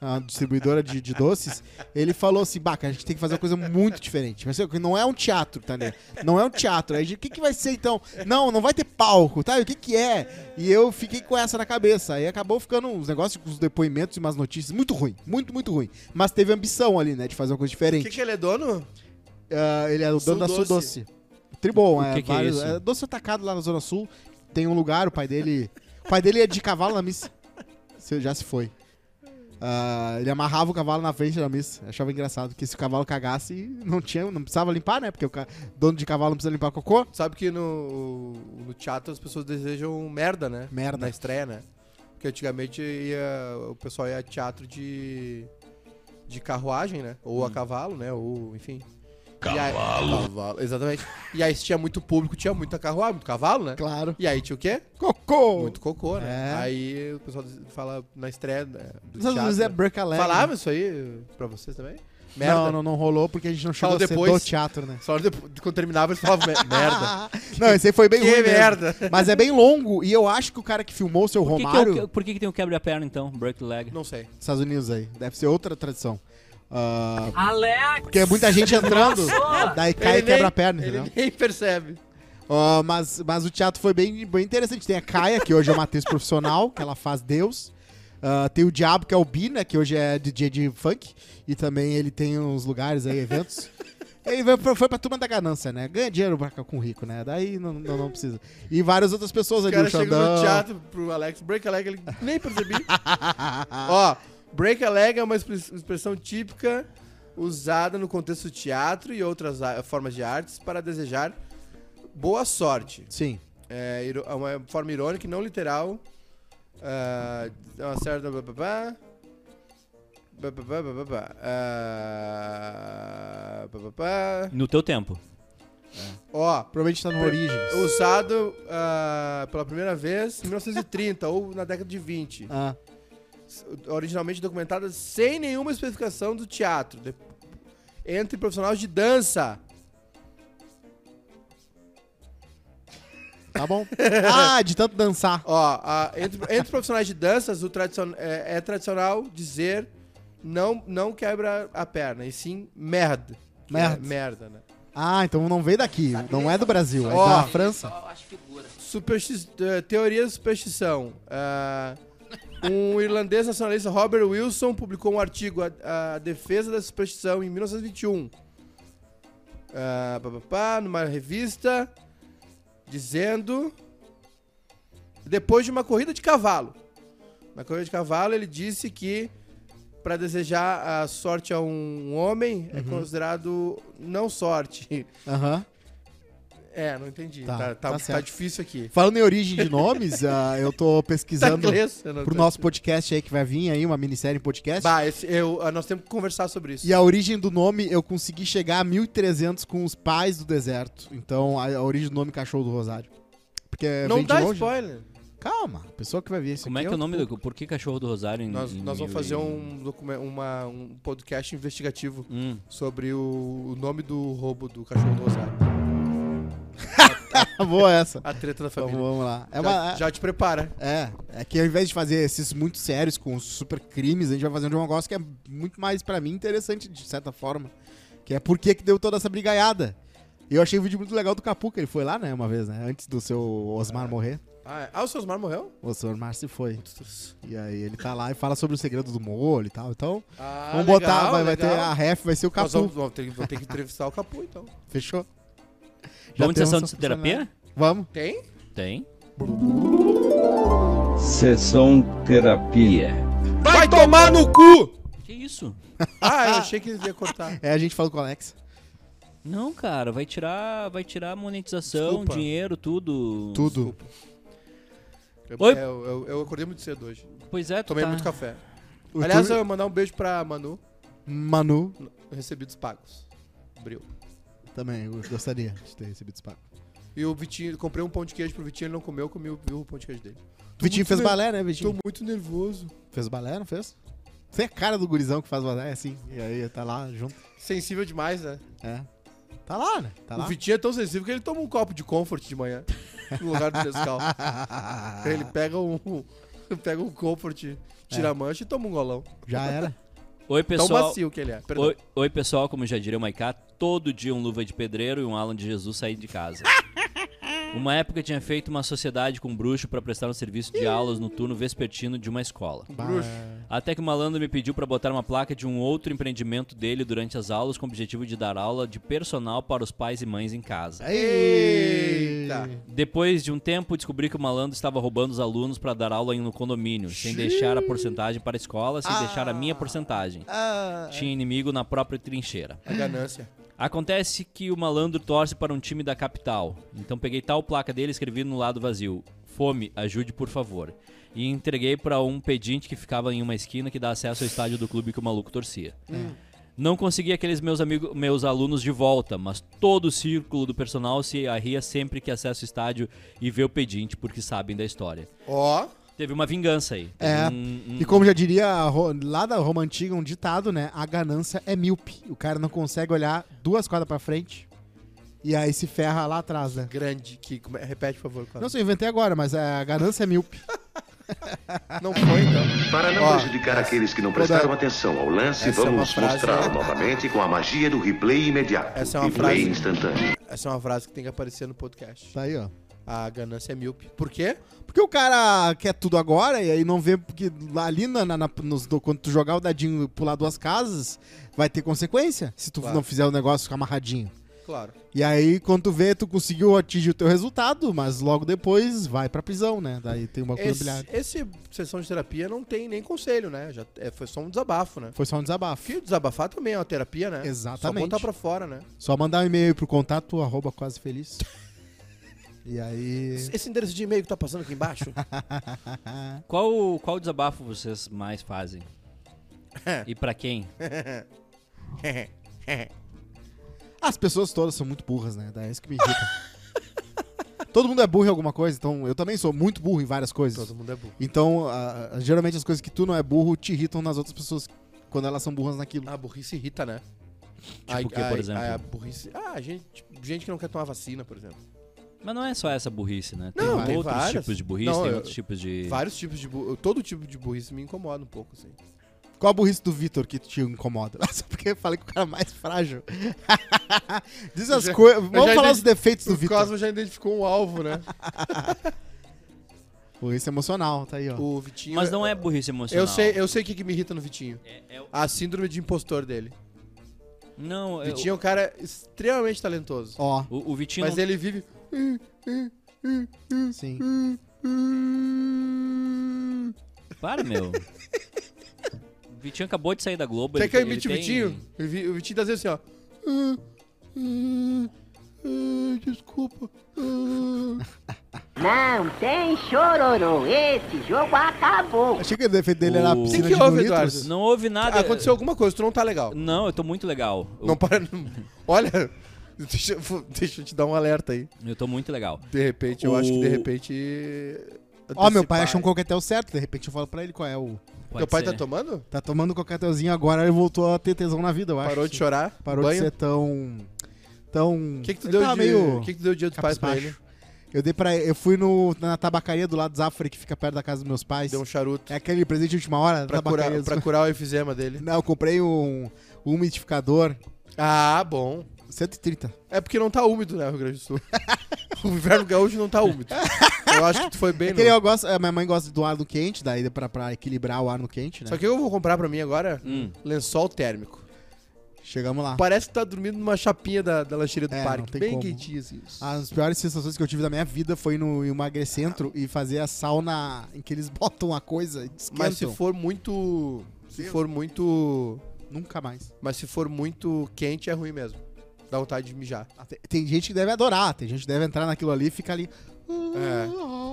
D: a distribuidora de, de doces ele falou assim baca a gente tem que fazer uma coisa muito diferente vai ser não é um teatro tá né não é um teatro aí a gente, o que que vai ser então não não vai ter palco tá e o que que é e eu fiquei com essa na cabeça aí acabou ficando uns negócios com os depoimentos e umas notícias muito ruim muito muito ruim mas teve ambição ali né de fazer uma coisa
B: O
D: diferente
B: que, que ele é dono?
D: ah, ele é o dono da Sul
B: Sudoce.
D: Doce. Tribom,
A: O
D: é,
A: que que é
D: vários-
A: isso?
D: é doce atacado lá na Zona Sul. Tem um lugar, o pai dele. O pai dele é de cavalo na missa. Se- Já se foi. Ah, ele amarrava o cavalo na frente da missa. Achava engraçado que se o cavalo cagasse, não tinha, não precisava limpar, né? Porque o ca- dono de cavalo não precisa limpar cocô.
B: Sabe que no, no teatro as pessoas desejam merda, né?
D: Merda.
B: Na estreia, né? Porque antigamente ia, o pessoal ia a teatro de, de carruagem, né? Ou
D: Hum.
B: a cavalo, né? Ou, enfim. Cavalo. cavalo. Exatamente. E aí se tinha muito público, tinha muita carruagem, muito cavalo, né?
D: Claro.
B: E aí tinha o quê?
D: Cocô!
B: Muito cocô, né?
D: É.
B: Aí o pessoal fala na estreia né, do
D: Essas
B: teatro.
D: vezes é Burkalé.
B: Falava isso aí pra vocês também?
D: Né?
B: Merda.
D: Não, não, não rolou porque a gente não chegou
B: Fala
D: a ser
B: depois.
D: do teatro, né?
B: Só depois, quando terminava eles falavam me- merda.
D: Não, esse aí foi bem
B: Que
D: ruim. mesmo.
B: merda.
D: Mas é bem longo e eu acho que o cara que filmou o seu
A: Por que que é o
D: Romário.
A: que- por que, que tem o quebra-perna então? Break leg.
B: Não sei.
D: Estados Unidos aí. Deve ser outra tradição. Ah, Porque é muita gente entrando, daí cai e
B: Ele nem-
D: quebra a perna,
B: Ele
D: entendeu?
B: nem percebe.
D: Ah, mas, mas o teatro foi bem, bem interessante. Tem a Caia, que hoje é uma atriz profissional, que ela faz Deus. Ah, tem o Diabo, que é o Bi, né? Que hoje é DJ de funk. E também ele tem uns lugares aí, eventos. Ele vai- foi, foi pra turma da ganância, né? Ganha dinheiro pra- com o rico, né? Daí não, não, não precisa. E várias outras pessoas
B: O
D: ali,
B: cara
D: o
B: chega no
D: Xandão.
B: teatro pro Alex, break a leg, ele nem percebi. Ó, break a leg é uma expre- expressão típica usada no contexto do teatro e outras a- formas de artes para desejar boa sorte.
D: Sim.
B: É iro- é uma forma irônica e não literal. Ah, É uma certa... blá, blá, blá. Blá, blá, blá, blá, blá, blá. Ah, blá, blá, blá.
A: No teu tempo.
B: Ó,
D: Provavelmente tá no Origins.
B: usado ah, pela primeira vez em 1930 ou na década de 20.
D: Ah,
B: originalmente documentada sem nenhuma especificação do teatro. De- Entre profissionais de dança.
D: tá bom. Ah, de tanto dançar.
B: Ó, a- entre, entre profissionais de danças, o tradicion- é, é tradicional dizer não, não quebra a perna, e sim merda. Que
D: Merda.
B: É merda, né?
D: Ah, então não veio daqui. Não é do Brasil, é
B: Tá Ó.
D: da França.
B: Supersti eh, teoria da superstição. Ah, um irlandês nacionalista, Robert Wilson, publicou um artigo A, a Defesa da Superstição em 1921. Ah, um. pá, pá, pá, numa revista, dizendo. Depois de uma corrida de cavalo. Na corrida de cavalo, ele disse que para desejar a sorte a um homem
D: Uhum.
B: é considerado não sorte.
D: Aham.
B: É, não entendi.
D: Tá,
B: Tá, tá,
D: tá
B: tá
D: certo.
B: difícil aqui.
D: Falando em origem de nomes, ah, eu tô
B: Tá
D: pesquisando
B: inglês, eu não
D: pro
B: tô-
D: nosso podcast aí que vai vir aí, uma minissérie em podcast.
B: tá. Bah, esse- eu, ah, nós temos que conversar sobre isso.
D: E a origem do nome, eu consegui chegar a 1300 com os pais do deserto. Então, a, a origem do nome Cachorro do Rosário. Porque
B: não
D: é, vem de
B: dá
D: longe.
B: spoiler.
D: Calma, a pessoa que vai ver isso
A: Como é
D: aqui
A: que é o nome do. Por que cachorro do Rosário em,
B: Nós,
A: em
B: nós vamos
A: mil
B: fazer
A: e-
B: um, documen- uma- um podcast investigativo
A: Hum.
B: sobre o, o nome do roubo do cachorro do Rosário.
D: Ah, boa essa.
B: A treta da
D: Então,
B: família.
D: vamos lá. É
B: Já,
D: uma-
B: já te prepara.
D: É, é que ao invés de fazer esses muito sérios com super crimes, a gente vai fazer um negócio que é muito mais, pra mim, interessante, de certa forma. Que é por que que deu toda essa brigaiada. E eu achei o vídeo muito legal do Capu, que ele foi lá, né, uma vez, né? Antes do seu Osmar morrer.
B: Ah, é. Ah, o seu Osmar morreu?
D: O seu Osmar se foi. E aí ele tá lá e fala sobre o segredo do molho e tal. Então,
B: Ah,
D: vamos
B: legal,
D: botar, vai, vai ter
B: legal.
D: a ref, vai ser o Capu.
B: Nós vamos, vamos ter, que- vou ter que entrevistar o Capu, então.
D: Fechou? Já um
A: Vamos de
D: temos
A: sessão
D: essa
A: de terapia?
D: funcionalidade. Vamos.
B: Tem?
A: Tem.
H: Sessão terapia.
B: Vai, tomar no cu!
A: Que isso?
B: Ah, eu achei que ele ia cortar.
D: É, a gente falou com o Alex.
A: Não, cara, vai tirar, vai tirar monetização,
B: Desculpa.
A: dinheiro, tudo.
D: Tudo.
B: Eu,
A: Oi.
B: é, eu, eu- eu acordei muito cedo hoje.
A: Pois é, tu
B: Tomei
A: tá-
B: muito café.
D: O
B: Aliás,
D: tu-
B: eu vou mandar um beijo pra Manu,
D: Manu
B: recebidos pagos. Bril.
D: também, eu gostaria de ter recebido esse papo.
B: E o Vitinho, comprei um pão de queijo pro Vitinho, ele não comeu, eu comi o, o pão de queijo dele.
D: Vitinho
B: muito
D: fez
B: ne-
D: balé, né, Vitinho?
B: Tô muito nervoso.
D: Fez balé, não fez? Você é cara do gurizão que faz balé, assim. E aí tá lá junto.
B: Sensível demais, né?
D: É. Tá lá, né? Tá
B: O
D: lá.
B: Vitinho é tão sensível que ele toma um copo de comfort de manhã no lugar do Nescau. ele pega um, pega um comfort, tira a mancha e toma um golão.
D: Já era.
A: Oi,
B: Tão
A: pessoal.
B: macio que ele é. Perdão.
A: Oi, oi, pessoal, como já diria o Maiká, todo dia um luva de pedreiro e um Alan de Jesus saem de casa. Uma época tinha feito uma sociedade com um bruxo pra prestar um serviço de aulas no turno vespertino de uma escola.
B: Bruxo.
A: Até que o malandro me pediu pra botar uma placa de um outro empreendimento dele durante as aulas com o objetivo de dar aula de personal para os pais e mães em casa.
B: É? Eita.
A: Depois de um tempo, descobri que o malandro estava roubando os alunos para dar aula em um condomínio, sem deixar a porcentagem para a escola,
B: Ah.
A: sem deixar a minha porcentagem. Tinha inimigo na própria trincheira.
B: A ganância.
A: Acontece que o malandro torce para um time da capital. Então peguei tal placa dele e escrevi no lado vazio: Fome, ajude por favor. E entreguei para um pedinte que ficava em uma esquina que dá acesso ao estádio do clube que o maluco torcia. Não consegui aqueles meus amigos, meus alunos de volta, mas todo o círculo do personal se arria sempre que acessa o estádio e vê o pedinte porque sabem da história.
B: Ó.
A: Teve uma vingança aí. Teve
D: É.
B: Hum,
A: um- um-
D: E como já diria a Ro- lá da Roma Antiga, um ditado, né? A ganância é míope. O cara não consegue olhar duas quadras pra frente e aí se ferra lá atrás, né?
B: Grande que. como é- Repete, por favor, Cláudio.
D: Não sei, eu inventei agora, mas a ganância é míope.
B: Não foi, então.
I: Para não
B: Ó,
I: prejudicar aqueles que não
B: toda-
I: prestaram atenção ao lance,
B: Essa é uma
I: vamos
B: frase-
I: mostrá-lo novamente com a magia do replay imediato
B: Essa é uma
I: e play
B: frase-
I: instantâneo.
B: Essa é uma frase que tem que aparecer no podcast.
D: Tá aí, ó.
B: A ganância é míope. Por quê?
D: Porque o cara quer tudo agora e aí não vê porque lá ali na, na- na- nos do- quando tu jogar o dadinho e pular duas casas, vai ter consequência se tu
B: Claro.
D: não fizer o negócio ficar amarradinho.
B: Claro.
D: E aí, quando tu vê, tu conseguiu atingir o teu resultado, mas logo depois vai pra prisão, né? Daí tem uma coisa
B: Esse,
D: bilhada.
B: esse sessão de terapia não tem nem conselho, né? Já, é, foi só um desabafo, né?
D: Foi só um desabafo.
B: Porque desabafar também é uma terapia, né?
D: Exatamente.
B: Só botar pra fora, né?
D: Só mandar um e-mail pro contato, arroba quase feliz. E aí.
B: Esse endereço de e-mail que tá passando aqui embaixo.
A: Qual, qual desabafo vocês mais fazem? e pra quem?
D: As pessoas todas são muito burras, né? Daí é isso que me irrita. Todo mundo é burro em alguma coisa, então eu também sou muito burro em várias coisas.
B: Todo mundo é burro.
D: Então, a- a- geralmente as coisas que tu não é burro te irritam nas outras pessoas quando elas são burras naquilo.
B: A burrice irrita, né? Tipo
A: o quê, por exemplo?
B: A, burrice. Ah, gente, tipo, gente que não quer tomar vacina, por exemplo.
A: Mas não é só essa burrice, né? Tem
B: Não, tem
A: outros
B: várias.
A: tipos de burrice,
B: Não,
A: tem
B: eu-
A: outros tipos de.
B: Vários tipos de burrice. Todo tipo de burrice me incomoda um pouco, assim.
D: Qual a burrice do Vitor que te incomoda? Só porque eu falei que o cara é mais frágil. Diz as
B: já-
D: coisas.
B: eu
D: Vamos
B: já
D: falar os
B: entendi-
D: defeitos do
B: O
D: Vitor.
B: Cosmo já identificou um alvo, né?
D: Burrice emocional, tá aí, ó.
B: o Vitinho.
A: Mas não é burrice emocional.
B: Eu sei, eu sei o que, que me irrita no Vitinho.
A: é o-
B: A síndrome de impostor dele.
A: Não, eu-
B: Vitinho é um cara extremamente talentoso.
D: Ó,
A: o, o Vitinho
B: Mas
A: não,
B: ele vive.
D: sim.
A: Para, meu. o Vitinho acabou de sair da Globo.
B: Quer
A: ele-
B: que eu
A: ele
B: imite o
A: tem-
B: Vitinho? O Vi- O Vitinho tá assim, ó. ah, Desculpa. Ah.
J: Não tem chororô, esse jogo acabou.
D: Achei que o defeito dele era a
A: O-
D: piscina
B: Que que
D: de
B: houve,
D: mil
B: Eduardo? Ah,
D: litros.
A: Não houve nada.
B: Aconteceu alguma coisa, tu não tá legal.
A: Não, eu tô muito legal. Eu,
B: Não para. não- Olha, deixa, eu- deixa eu te dar um alerta aí.
A: eu tô muito legal.
B: De repente, eu
A: O-
B: acho que de repente.
D: Ó, meu pai
B: antecipar.
D: achou um coquetel certo, de repente eu falo pra ele qual é o.
A: Pode
B: Teu pai
A: ser.
B: tá tomando?
D: Tá tomando um coquetelzinho agora, ele voltou a ter tesão na vida, eu acho.
B: Parou de chorar?
D: Parou
B: banho?
D: de ser tão. Tão.
B: O que, que tu
D: Ele
B: deu
D: tava
B: de.
D: meio.
B: O que, que tu deu de dia dos pais pra ele?
D: cabisbaixo. Eu dei pra ele. Eu fui no, na tabacaria do lado do Zafra, que fica perto da casa dos meus pais.
B: Deu um charuto.
D: É tá aquele presente de última
B: Pra
D: hora, da tabacaria.
B: curar,
D: dos-
B: pra curar o efizema dele.
D: Não, eu comprei um, um umidificador.
B: Ah, bom.
D: 130.
B: É porque não tá úmido, né, Rio Grande do Sul. o inverno gaúcho não tá úmido. Eu acho que tu foi bem,
D: É que ele-
B: não.
D: eu gosto, a minha mãe gosta do ar no quente, daí dá pra, pra equilibrar o ar no quente, né?
B: Só que eu vou comprar pra mim agora
A: Hum.
B: lençol térmico.
D: Chegamos lá.
B: Parece que tá dormindo numa chapinha da, da lancheria do
D: Ah. É, não
B: parque.
D: tem
B: Bem
D: como. Ah,
B: quentinho, assim. isso.
D: As piores sensações que eu tive da minha vida foi ir no emagrecentro e fazer a sauna em que eles botam a coisa e esquentam.
B: Mas se for muito. Se for muito.
D: Nunca mais.
B: Mas se for muito quente, é ruim mesmo. Dá vontade de mijar.
D: Ah, Tem, tem gente que deve adorar, tem gente que deve entrar naquilo ali e fica ali.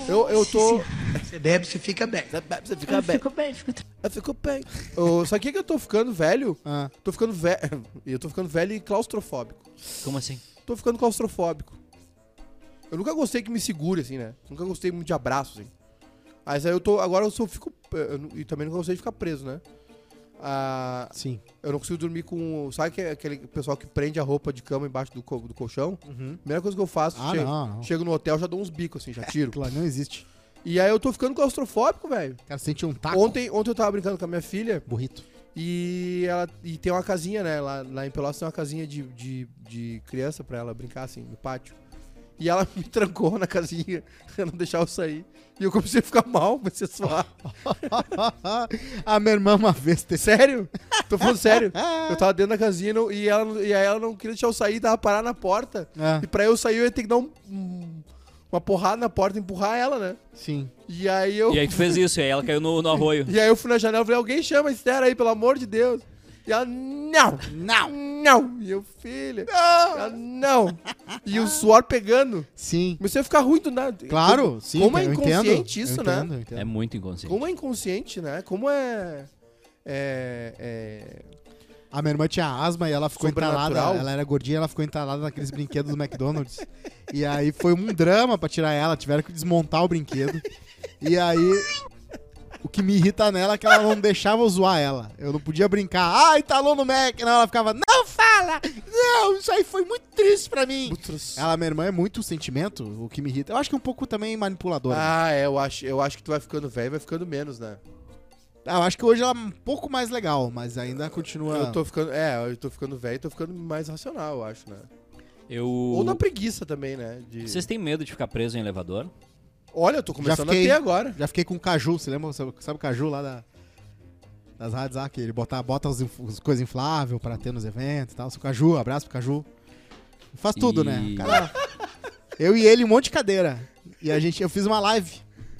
B: Eu, eu tô.
J: Você bebe, você fica bem.
B: Você fica bem.
J: bem, fico
B: Eu fico bem. Ô, sabe o que, que eu tô ficando velho?
D: Ah,
B: Tô ficando velho. Eu tô ficando velho e claustrofóbico.
A: Como assim?
B: Tô ficando claustrofóbico. Eu nunca gostei que me segure, assim, né? Nunca gostei muito de abraço, assim. Mas aí eu tô. Agora eu só fico. eh, eu nu- E também nunca gostei de ficar preso, né? Ah,
D: Sim.
B: eu não consigo dormir com. Sabe que é aquele pessoal que prende a roupa de cama embaixo do, co- do colchão? Primeira coisa que eu faço,
D: Uhum. Ah,
B: chego,
D: não, É, não.
B: chego no hotel, já dou uns bicos, assim, já tiro.
D: Aquilo ali não existe.
B: E aí eu tô ficando claustrofóbico, velho.
D: O cara sente um taco.
B: Ontem, ontem eu tava brincando com a minha filha
D: Burrito.
B: e ela e tem uma casinha, né? Lá, lá em Pelotas tem uma casinha de, de, de criança pra ela brincar, assim, no pátio. E ela me trancou na casinha, pra não deixar eu sair. E eu comecei a ficar mal, comecei a suar.
D: a minha irmã Ah, uma vez teve.
B: Sério? Tô falando sério. Eu tava dentro da casinha e não- e, ela, não- e aí ela não queria deixar eu sair, tava parar na porta.
D: Ah,
B: E pra eu sair eu ia ter que dar um- um- uma porrada na porta, empurrar ela, né?
D: sim.
B: E aí eu.
A: E aí tu fez isso, e aí ela caiu no, no arroio.
B: E aí eu fui na janela e falei, alguém chama a Esther aí, pelo amor de Deus. E ela, não, não, não. E eu, filha, não. Ela, não. E o suor pegando.
D: Sim.
B: Comecei a ficar ruim do nada.
D: Claro,
B: Como-
D: sim.
B: Como é
D: eu entendo.
B: inconsciente
D: Eu
B: isso,
D: entendo,
B: né?
D: eu entendo.
A: É muito inconsciente.
B: Como é inconsciente, né? Como é... É... é-
D: A minha irmã tinha asma e ela ficou entalada.
B: Sobrenatural.
D: Ela era gordinha, ela ficou entalada naqueles brinquedos do McDonald's. E aí foi um drama pra tirar ela, tiveram que desmontar o brinquedo. E aí. O que me irrita nela é que ela não deixava eu zoar ela. Eu não podia brincar. Ah, entalou no Mac. Não, ela ficava, não fala! Não, Então, isso aí foi muito triste pra mim.
B: Putz.
D: Ela, minha irmã, é muito sentimento, o que me irrita. Eu acho que é um pouco também manipuladora. né?
B: Ah, é, eu acho, eu acho que tu vai ficando velho e vai ficando menos, né?
D: Ah, Eu acho que hoje ela é um pouco mais legal, mas ainda continua.
B: Eu tô ficando... É, eu tô ficando velho e tô ficando mais racional, eu acho, né?
A: Eu...
B: Ou na preguiça também, né? De-
A: Vocês têm medo de ficar preso em elevador?
B: Olha, eu tô começando a
D: fiquei.
B: ter agora.
D: Já fiquei com o Caju, você lembra? Sabe, sabe o Caju lá da, das rádios lá, que ele bota, bota os, inf- os coisas infláveis pra ter nos eventos e tal. O Caju, abraço pro Caju. Faz tudo,
A: E-
D: né? O cara- eu e ele, um monte de cadeira. E a gente, eu fiz uma live.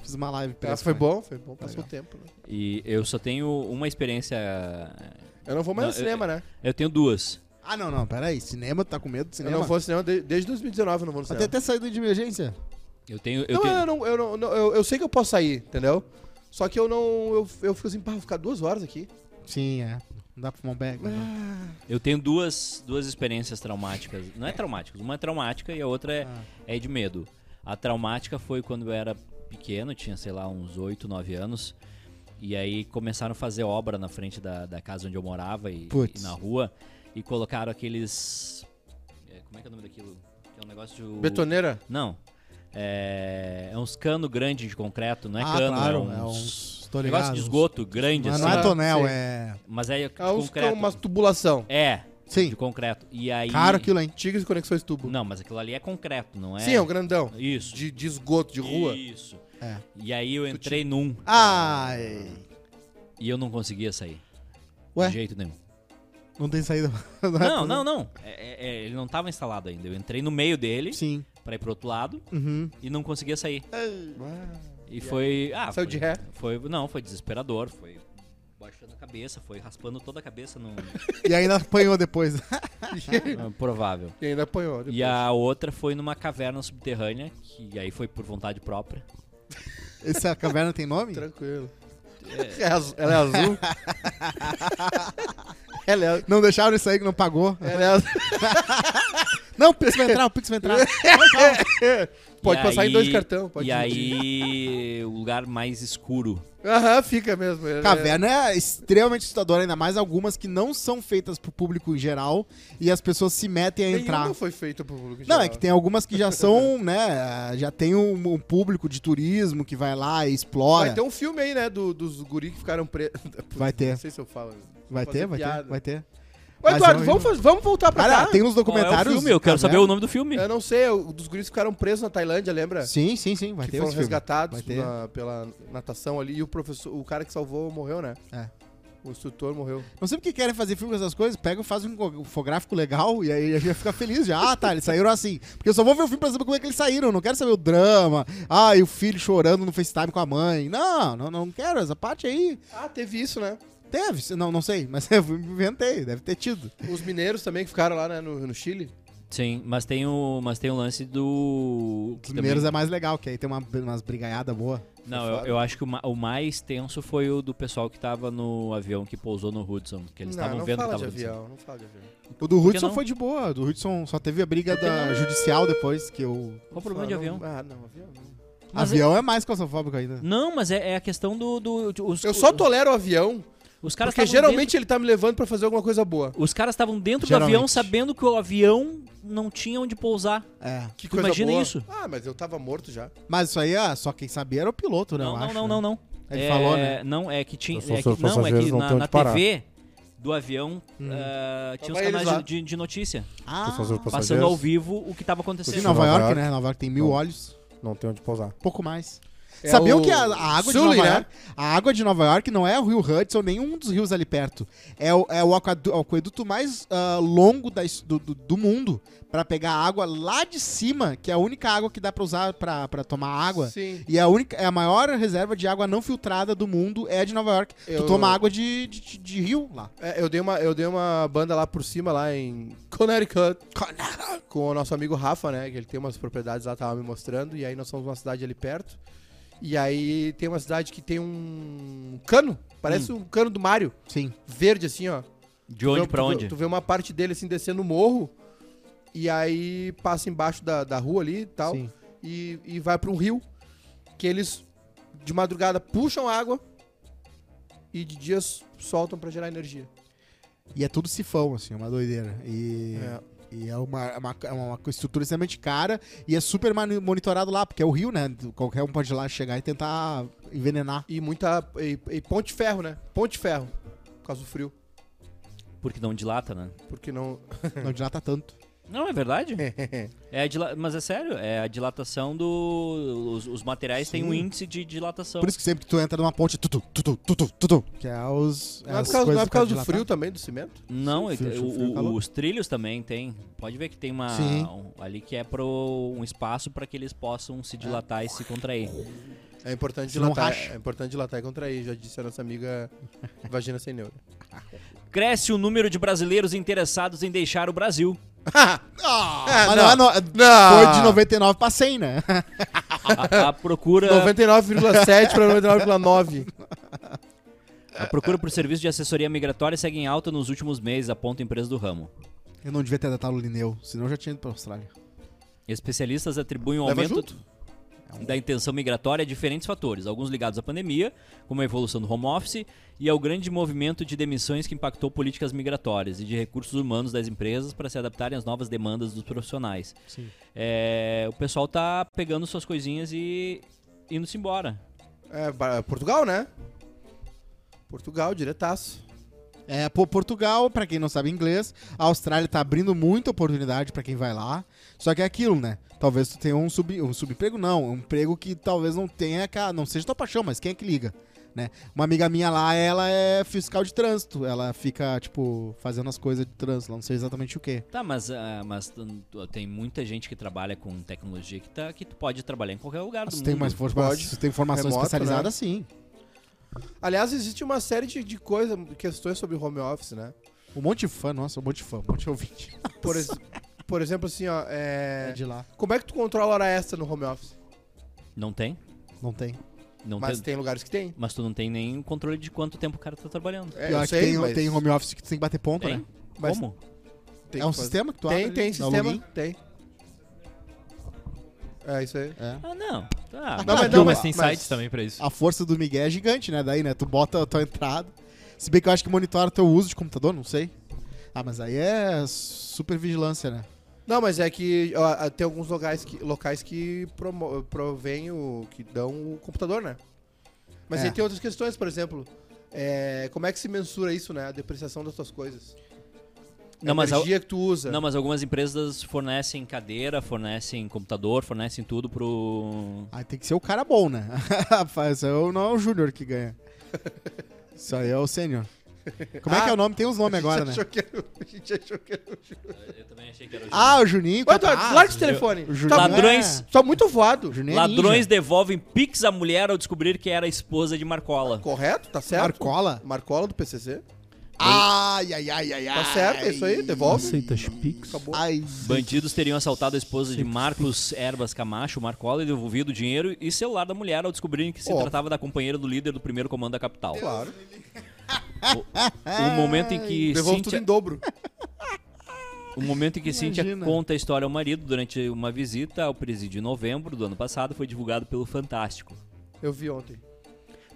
D: Fiz uma live. pra
B: Ah,
D: isso,
B: foi
D: né?
B: bom, foi bom, passou o
D: Legal.
B: tempo, né?
A: E eu só tenho uma experiência...
B: Eu não vou mais
A: Não,
B: ao cinema, né?
A: Eu tenho duas.
D: Ah, não, não, peraí. Cinema, tu tá com medo de
B: Eu
D: cinema?
B: não vou ao cinema de- desde 2019, eu não vou no
D: Mas
B: cinema.
D: tem até saído de emergência.
A: Eu tenho... Eu
B: não,
A: tenho...
B: eu não, eu não, não- eu, eu sei que eu posso sair, entendeu? Só que eu não, eu, eu fico assim, pá, vou ficar duas horas aqui.
D: Sim, é. Não dá pra fumar um bag.
B: Ah,
D: né?
A: Eu tenho duas, duas experiências traumáticas. Não é traumáticas, uma é traumática e a outra é,
D: Ah.
A: é de medo. A traumática foi quando eu era pequeno, tinha, sei lá, uns 8, 9 anos. E aí começaram a fazer obra na frente da, da casa onde eu morava e,
D: Putz.
A: e na rua. E colocaram aqueles. é, como é que é o nome daquilo? Que É um negócio de.
B: Betoneira?
A: Não. É, é uns cano grande de concreto, não é
D: ah,
A: cano,
D: claro.
A: é
D: É
A: uns.
D: uns... Tô ligado.
A: negócio de esgoto grande,
D: Mas
A: assim.
D: não é
B: assim.
D: tonel,
B: Sim.
D: é...
A: Mas é,
B: É uns que é
A: concreto.
B: uma tubulação.
A: É, de
D: Sim,
A: concreto. E aí.
D: caro aquilo, hein?
B: Tigres e conexões tubo.
A: Não, mas aquilo ali é concreto, não é?
B: Sim, é um grandão.
A: Isso.
B: De, de esgoto, de rua.
A: Isso.
D: É.
A: E aí eu entrei num
D: Ai...
A: e eu não conseguia sair.
D: Ué?
A: De jeito nenhum.
D: Não tem saída.
A: Não, não, não. É- é- é, ele não tava instalado ainda. Eu entrei no meio dele
D: Sim.
A: pra ir pro outro lado
D: Uhum.
A: e não conseguia sair. E foi. Ah,
B: É. Saiu
A: foi,
B: de ré?
A: Foi, não, foi desesperador. Foi baixando a cabeça, foi raspando toda a cabeça. Não,
D: E ainda apanhou depois.
A: não é provável.
B: E ainda apanhou. depois.
A: E a outra foi numa caverna subterrânea, que aí foi por vontade própria.
D: Essa caverna tem nome?
B: Tranquilo. É azu- Ela é azul? ela é azul.
D: Não deixaram ele sair que não pagou.
B: Ela é azul.
D: Não, Pix Ventral, Pix Ventral.
B: É. Pode
A: E
B: passar em
A: aí-
B: dois cartão. Pode
A: E
B: dividir.
A: aí, o lugar mais escuro
B: Aham, fica mesmo. Ela é-
D: Caverna é extremamente assustadora, ainda mais algumas que não são feitas pro público em geral e as pessoas se metem a entrar.
B: Nenhuma um foi feita pro público. em
D: Não, é
B: geral.
D: que tem algumas que já são, né? Já tem um, um público de turismo que vai lá e explora.
B: Vai ter um filme aí, né? do- dos guri que ficaram presos.
D: Vai ter.
B: Não sei se eu falo. Vou
D: vai,
B: um- fazer
D: ter vai ter,
B: piada. Tá.
D: vai ter.
B: Ô,
D: Mas
B: Eduardo,
D: eu-
B: vamos, faz- vamos voltar pra
D: Cara,
B: cá.
D: tem uns
A: Qual é o
D: documentários.
A: filme? Eu quero
D: caverna.
A: saber o nome do filme.
B: Eu não sei, o- dos guris que ficaram presos na Tailândia, lembra?
D: um Sim, sim, sim, vai
B: que
D: ter
B: foram
D: esse filme.
B: resgatados
D: Vai ter.
B: na- pela natação ali. E o professor, o cara que salvou morreu, né?
D: É.
B: O instrutor morreu.
D: Não sei porque querem fazer filme com essas coisas, pega e faz um infográfico legal e aí a gente fica feliz já. Ah, tá, eles saíram assim. Porque eu só vou ver o filme pra saber como é que eles saíram. Não quero saber o drama. Ah, e o filho chorando no FaceTime com a mãe. Não, não, não quero. Essa parte aí
B: Ah, teve isso, né?
D: teve. se- Não, não sei, mas eu inventei, deve ter tido.
B: Os mineiros também que ficaram lá né, no, no Chile.
A: Sim, mas tem o, mas tem o lance do. que
D: Os
A: também-
D: mineiros é mais legal, que aí tem uma, umas brigaiadas boas.
A: Não, eu, eu acho que o, ma- o mais tenso foi o do pessoal que tava no avião que pousou no Hudson, que eles estavam
B: não
A: vendo que
B: fala
A: tava
B: de
A: acontecendo.
B: avião, não fala de avião.
D: O do Hudson
A: não?
D: foi de boa. O do Hudson só teve a briga da judicial depois, que o
A: Qual o problema de
B: Ah, não-
A: avião?
B: Ah, não, avião não.
A: Mas
D: avião é mais claustrofóbico ainda.
A: Não, mas é, é a questão do. do- de- os,
B: Eu só tolero o avião
A: Os caras
B: porque
A: tavam dentro-
B: geralmente ele tá me levando pra fazer alguma coisa boa.
A: os caras estavam dentro do
D: Geralmente.
A: avião sabendo que o avião não tinha onde pousar.
D: É.
B: Que
A: Tu
B: coisa
A: imagina
B: boa.
A: isso?
B: Ah, mas eu tava morto já.
D: Mas isso aí, ah, só quem sabia era o piloto, né?
A: não,
D: eu
A: não,
D: acho,
A: não,
D: né?
A: não, não.
D: Ele
A: É,
D: falou, né?
A: Não, é que tinha.
K: Eu sou
A: é que-
K: seus
A: não, é que
K: passageiros, não
A: na,
K: tem onde
A: na
K: parar.
A: TV do avião ah, tinha
B: Tava
A: os
B: eles lá.
A: canais de, de notícia.
D: Ah,
K: Pessoas e
A: Passando
K: passageiros,
A: ao vivo o que tava
D: em
A: acontecendo.
K: Não,
D: Nova
K: Nova
D: York,
K: York.
D: né? Nova York tem mil
K: Não.
D: olhos,
K: Não tem onde pousar.
D: pouco mais.
B: É
D: Sabiam
B: o
D: que a, a água
B: Sully,
D: de Nova
B: né?
D: York, a água de Nova York não é o Rio Hudson, nenhum dos rios ali perto. É o, é o aquadu- o aqueduto mais ah, longo da his- do, do- do mundo pra pegar água lá de cima, que é a única água que dá pra usar pra pra tomar água.
B: Sim.
D: E a única, é a maior reserva de água não filtrada do mundo é a de Nova York.
B: Eu-
D: Tu toma água de, de, de- de rio lá.
B: É, eu, dei uma, eu dei uma banda lá por cima, lá em Connecticut. Com o nosso amigo Rafa, né? Que ele tem umas propriedades lá, tava me mostrando. E aí nós somos uma cidade ali perto. E aí tem uma cidade que tem um cano. Parece um cano do Mario.
D: Sim.
B: Verde, assim, ó.
A: Hum. De onde
B: Tu vê-
A: pra
B: tu vê-
A: onde?
B: Tu vê uma parte dele, assim, descendo o morro. E aí passa embaixo da, da rua ali e tal.
D: Sim.
B: E, e vai pra um rio. Que eles, de madrugada, puxam água. E de dias soltam pra gerar energia.
D: E é tudo sifão, assim, é uma doideira. E é, e é uma, é uma, é uma estrutura extremamente cara e é super mani- monitorado lá, porque é o rio, né? Qualquer um pode ir lá chegar e tentar envenenar.
B: E muita. E, e ponte de ferro, né? Ponte de ferro. Por causa do frio.
A: Porque não dilata, né?
B: Porque não.
D: Não dilata tanto.
A: Não, é verdade? é a dila- Mas é sério, é a dilatação do. Os, os materiais têm um índice de
B: Então
A: dilatação.
D: Por isso que sempre que tu entra numa ponte, é tutu, tutu, tutu, tutu, que é os.
B: Não é
D: as
B: por causa, não é
D: coisas
B: por causa
D: pra
B: do
D: dilatar.
B: frio também, do cimento?
A: Não,
K: Sim,
A: é-
K: sim,
A: o-
K: sim,
A: o-
K: falou.
A: os trilhos também tem. Pode ver que tem uma
D: Sim.
A: um- ali que é pro um espaço pra que eles possam se dilatar e se contrair.
B: É importante
D: Se não
B: dilatar.
D: racha.
B: É importante dilatar e contrair, já disse a nossa amiga Vagina Sem Neuro.
A: Cresce o número de brasileiros interessados em deixar o Brasil.
D: Ah, mas não, é no-
B: tá? Não.
D: Foi de 99 pra 100, né?
A: A, a
B: É.
A: procura,
B: 99,7 pra 99,9.
A: a procura por serviço de assessoria migratória segue em alta nos últimos meses, aponta a empresa do ramo.
D: Eu não devia ter datado o Lineu, senão eu já tinha ido pra Austrália.
A: Especialistas atribuem o
B: Leva
A: aumento É um- da intenção migratória a diferentes fatores, alguns ligados à pandemia, como a evolução do home office, e ao grande movimento de demissões que impactou políticas migratórias e de recursos humanos das empresas para se adaptarem às novas demandas dos profissionais. É, o pessoal tá pegando suas coisinhas e indo-se embora.
B: É, ba- Portugal, né? Portugal, diretaço.
D: É, pô, Portugal, pra quem não sabe inglês, a Austrália tá abrindo muita oportunidade pra quem vai lá. Só que é aquilo, né? Talvez tu tenha um, sub, um subemprego, não. Um emprego que talvez não tenha, aquela- não seja tua paixão, mas quem é que liga? Né? Uma amiga minha lá, ela é fiscal de trânsito. Ela fica, tipo, fazendo as coisas de trânsito, lá não sei exatamente o que.
A: Tá, mas, ah, mas tu- tu- tem muita gente que trabalha com tecnologia que, tá, que tu pode trabalhar em qualquer lugar do
D: Se
A: mundo.
D: tem, mais forma,
B: Pode.
D: se tem formação
B: Remoto, né?
D: especializada, sim.
B: Aliás, existe uma série de, de coisas, questões sobre home office, né?
D: Um monte de fã, nossa, um monte de fã, um monte de ouvinte.
B: Por, ex- por exemplo, assim, ó.
D: É
B: É...
D: de lá.
B: Como é que tu controla a hora extra no home office?
A: Não tem?
D: Não tem.
A: Não
B: Mas
A: tem.
B: tem lugares que tem.
A: Mas tu não tem nem controle de quanto tempo o cara tá trabalhando.
B: É,
D: Pior
B: eu
D: que
B: sei,
D: tem,
B: mas-
D: tem home office que tu tem que bater ponto,
A: Tem?
D: né?
B: mas
A: Como?
B: tem
D: é um
B: que fazer.
D: sistema que tu abre
B: Tem,
D: ali,
B: tem
D: dá o
B: sistema.
D: login.
B: Tem. É isso aí.
D: É.
A: Ah, não. Tá.
B: Não, mas
K: Não,
B: não,
K: mas
B: mas-
K: tem
B: mas-
K: sites também pra isso.
D: A força do Miguel é gigante, né? Daí, né? Tu bota a tua entrada. Se bem que eu acho que monitora teu uso de computador, não sei. Ah, mas aí é super vigilância, né?
B: Não, mas é que ó, a- tem alguns locais que, locais que promo- provém o. que dão o computador, né? Mas
D: É.
B: aí tem outras questões, por exemplo. é, como é que se mensura isso, né? A depreciação das tuas coisas. A
A: Não, mas a-
B: energia que tu usa.
A: Não, mas algumas empresas fornecem cadeira, fornecem computador, fornecem tudo pro.
D: Aí tem que ser o cara bom, né? Rapaz, isso aí não é o Júnior que ganha. Isso aí é o sênior. Como é que é o nome? Tem uns nomes agora, né?
B: Achou que era- a gente achou que era.
A: Eu também achei que era
D: Ah, o Juninho.
B: Ué, é
D: que-
B: Eduardo, larga esse telefone.
D: o Juninho.
B: Tá, mu-
A: Ladrões.
D: é-
B: tá muito voado.
D: o Juninho é
A: Ladrões
D: ninja.
A: devolvem Pix à mulher ao descobrir que era a esposa de Marcola.
B: Correto? Tá certo?
D: Marcola?
B: Marcola do PCC?
D: Ai, ai, ai, ai, ai.
B: Tá certo, é isso aí, devolve.
K: Aceita as Pix.
B: Acabou.
D: Ai.
A: Bandidos teriam assaltado a esposa de Marcos Erbas Camacho, Marcola, e devolvido o dinheiro e celular da mulher ao descobrirem que se
B: Ó.
A: tratava da companheira do líder do primeiro comando da capital.
B: Claro.
A: O momento em que
B: Devolve
A: Cíntia-
B: tudo em dobro.
A: O momento em que Cíntia
D: Imagina.
A: conta a história ao marido durante uma visita ao presídio em novembro do ano passado foi divulgado pelo Fantástico.
B: Eu vi ontem.